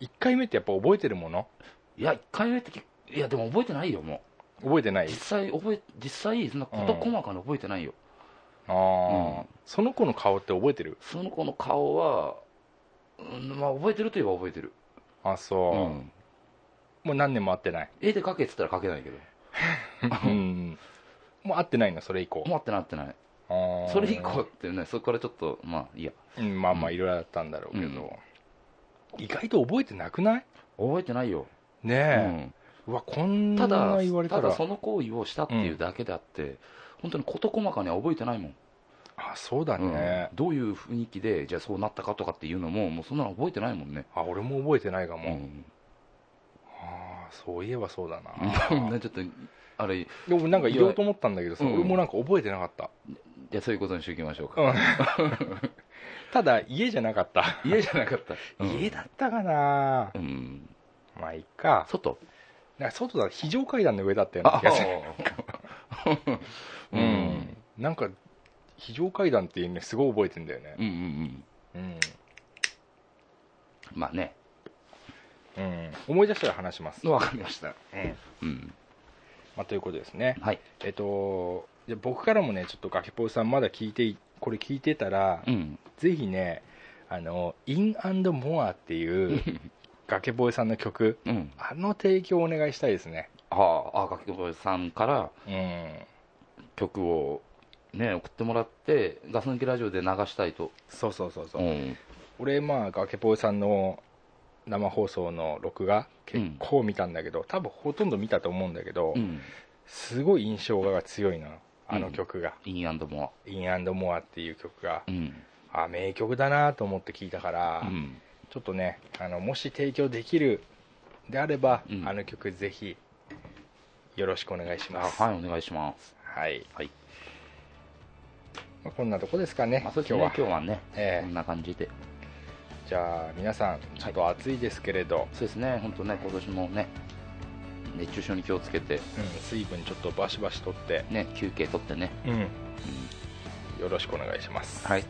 [SPEAKER 4] 1回目ってやっぱ覚えてるもの
[SPEAKER 3] ういや1回目って結いやでも覚えてないよも
[SPEAKER 4] 覚えてな
[SPEAKER 3] う
[SPEAKER 4] い
[SPEAKER 3] 実際覚え実際そんなこと細かに覚えてないよ、
[SPEAKER 4] ああ、
[SPEAKER 3] うん
[SPEAKER 4] その子の顔って覚えてる
[SPEAKER 3] その子の顔は、うんまあ、覚えてるといえば覚えてる、
[SPEAKER 4] あ
[SPEAKER 3] う
[SPEAKER 4] そう、
[SPEAKER 3] ん、
[SPEAKER 4] もう何年も会って ない
[SPEAKER 3] 絵で描けっつったら描けないけど
[SPEAKER 4] うんもう会ってないのそれ以降
[SPEAKER 3] もうあってなってない
[SPEAKER 4] あー
[SPEAKER 3] それ以降ってねそこからちょっとまあいいや
[SPEAKER 4] うんまあまあ
[SPEAKER 3] うん
[SPEAKER 4] いろいろだったんだろうけど、意外と覚えてなくない
[SPEAKER 3] 覚えてないよ、
[SPEAKER 4] ねえ、うわこん
[SPEAKER 3] うん、
[SPEAKER 4] な
[SPEAKER 3] ただ
[SPEAKER 4] 言われた
[SPEAKER 3] た
[SPEAKER 4] ら
[SPEAKER 3] だその行為をしたっていうだけであって、本当に事細かには覚えてないもん
[SPEAKER 4] あそうだね
[SPEAKER 3] うん、、どういう雰囲気でじゃあそうなったかとかっていうのももうそんなの覚えてないもんね、
[SPEAKER 4] あ俺も覚えてないか
[SPEAKER 3] う
[SPEAKER 4] も、
[SPEAKER 3] ん、
[SPEAKER 4] ああそういえばそう だな
[SPEAKER 3] ちょっとあれい
[SPEAKER 4] でもなんか言おうと思ったんだけどさ、
[SPEAKER 3] うん
[SPEAKER 4] 俺もなんか覚えてなかった、
[SPEAKER 3] やそういうことにしておきましょうか、
[SPEAKER 4] うんただ家じゃなかった、
[SPEAKER 3] 家じゃなかった、うん
[SPEAKER 4] 家だったかな
[SPEAKER 3] うん
[SPEAKER 4] まあいいか
[SPEAKER 3] 外
[SPEAKER 4] なんか外だ非常階段の上だったような
[SPEAKER 3] あ
[SPEAKER 4] 気がする
[SPEAKER 3] うん
[SPEAKER 4] うんなんか非常階段っていうねすごい覚えてんだよね
[SPEAKER 3] うんうんうん
[SPEAKER 4] うん、
[SPEAKER 3] まあね
[SPEAKER 4] うん、思い出したら話します、
[SPEAKER 3] わかりました、
[SPEAKER 4] うん
[SPEAKER 3] うん、
[SPEAKER 4] まあ、ということですね
[SPEAKER 3] はい、
[SPEAKER 4] えっとじゃあ僕からもねちょっとガキポーさんまだ聞いていこれ聞いてたら、
[SPEAKER 3] うん、
[SPEAKER 4] ぜひねあの「IN&MORE」っていう崖ボーイさんの曲
[SPEAKER 3] うん、
[SPEAKER 4] あの提供をお願いしたいですね
[SPEAKER 3] あああ楽器さんから
[SPEAKER 4] うん
[SPEAKER 3] 曲を、ね、送ってもらってガス抜きラジオで流したいと、
[SPEAKER 4] そうそうそうそうう、
[SPEAKER 3] ん、
[SPEAKER 4] 俺まあ崖っぽいさんの生放送の録画結構見たんだけど、多分ほとんど見たと思うんだけど、
[SPEAKER 3] うん、
[SPEAKER 4] すごい印象が強いのよあの曲が
[SPEAKER 3] インモ
[SPEAKER 4] 「インアンドモア」っていう曲が
[SPEAKER 3] ア、うん
[SPEAKER 4] あ名曲だなと思って聞いたから、
[SPEAKER 3] うん、
[SPEAKER 4] ちょっとねあのもし提供できるであれば、
[SPEAKER 3] うん
[SPEAKER 4] あの曲ぜひよろしくお願いし
[SPEAKER 3] あ
[SPEAKER 4] ます
[SPEAKER 3] はいお願いします、
[SPEAKER 4] はい、
[SPEAKER 3] はい
[SPEAKER 4] まあ、こんなとこですかね,、
[SPEAKER 3] まあ、そうです
[SPEAKER 4] 今
[SPEAKER 3] ね
[SPEAKER 4] 日は
[SPEAKER 3] 今日はね、
[SPEAKER 4] ええ
[SPEAKER 3] こんな感じで
[SPEAKER 4] じゃあ皆さんちょっと暑いですけれど、
[SPEAKER 3] そうですね本当ね今年もね熱中症に気をつけて
[SPEAKER 4] うん、水分ちょっとバシバシとって、
[SPEAKER 3] ね休憩取ってね、
[SPEAKER 4] うん、
[SPEAKER 3] うん
[SPEAKER 4] よろしくお願いします、
[SPEAKER 3] はい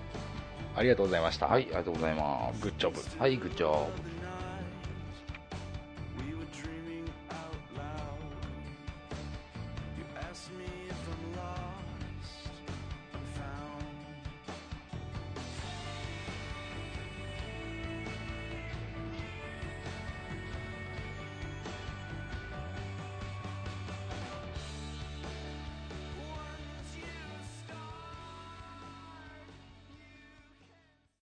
[SPEAKER 4] ありがとうございました、
[SPEAKER 3] はいありがとうございます
[SPEAKER 4] グッジョブ
[SPEAKER 3] はいグッジョブ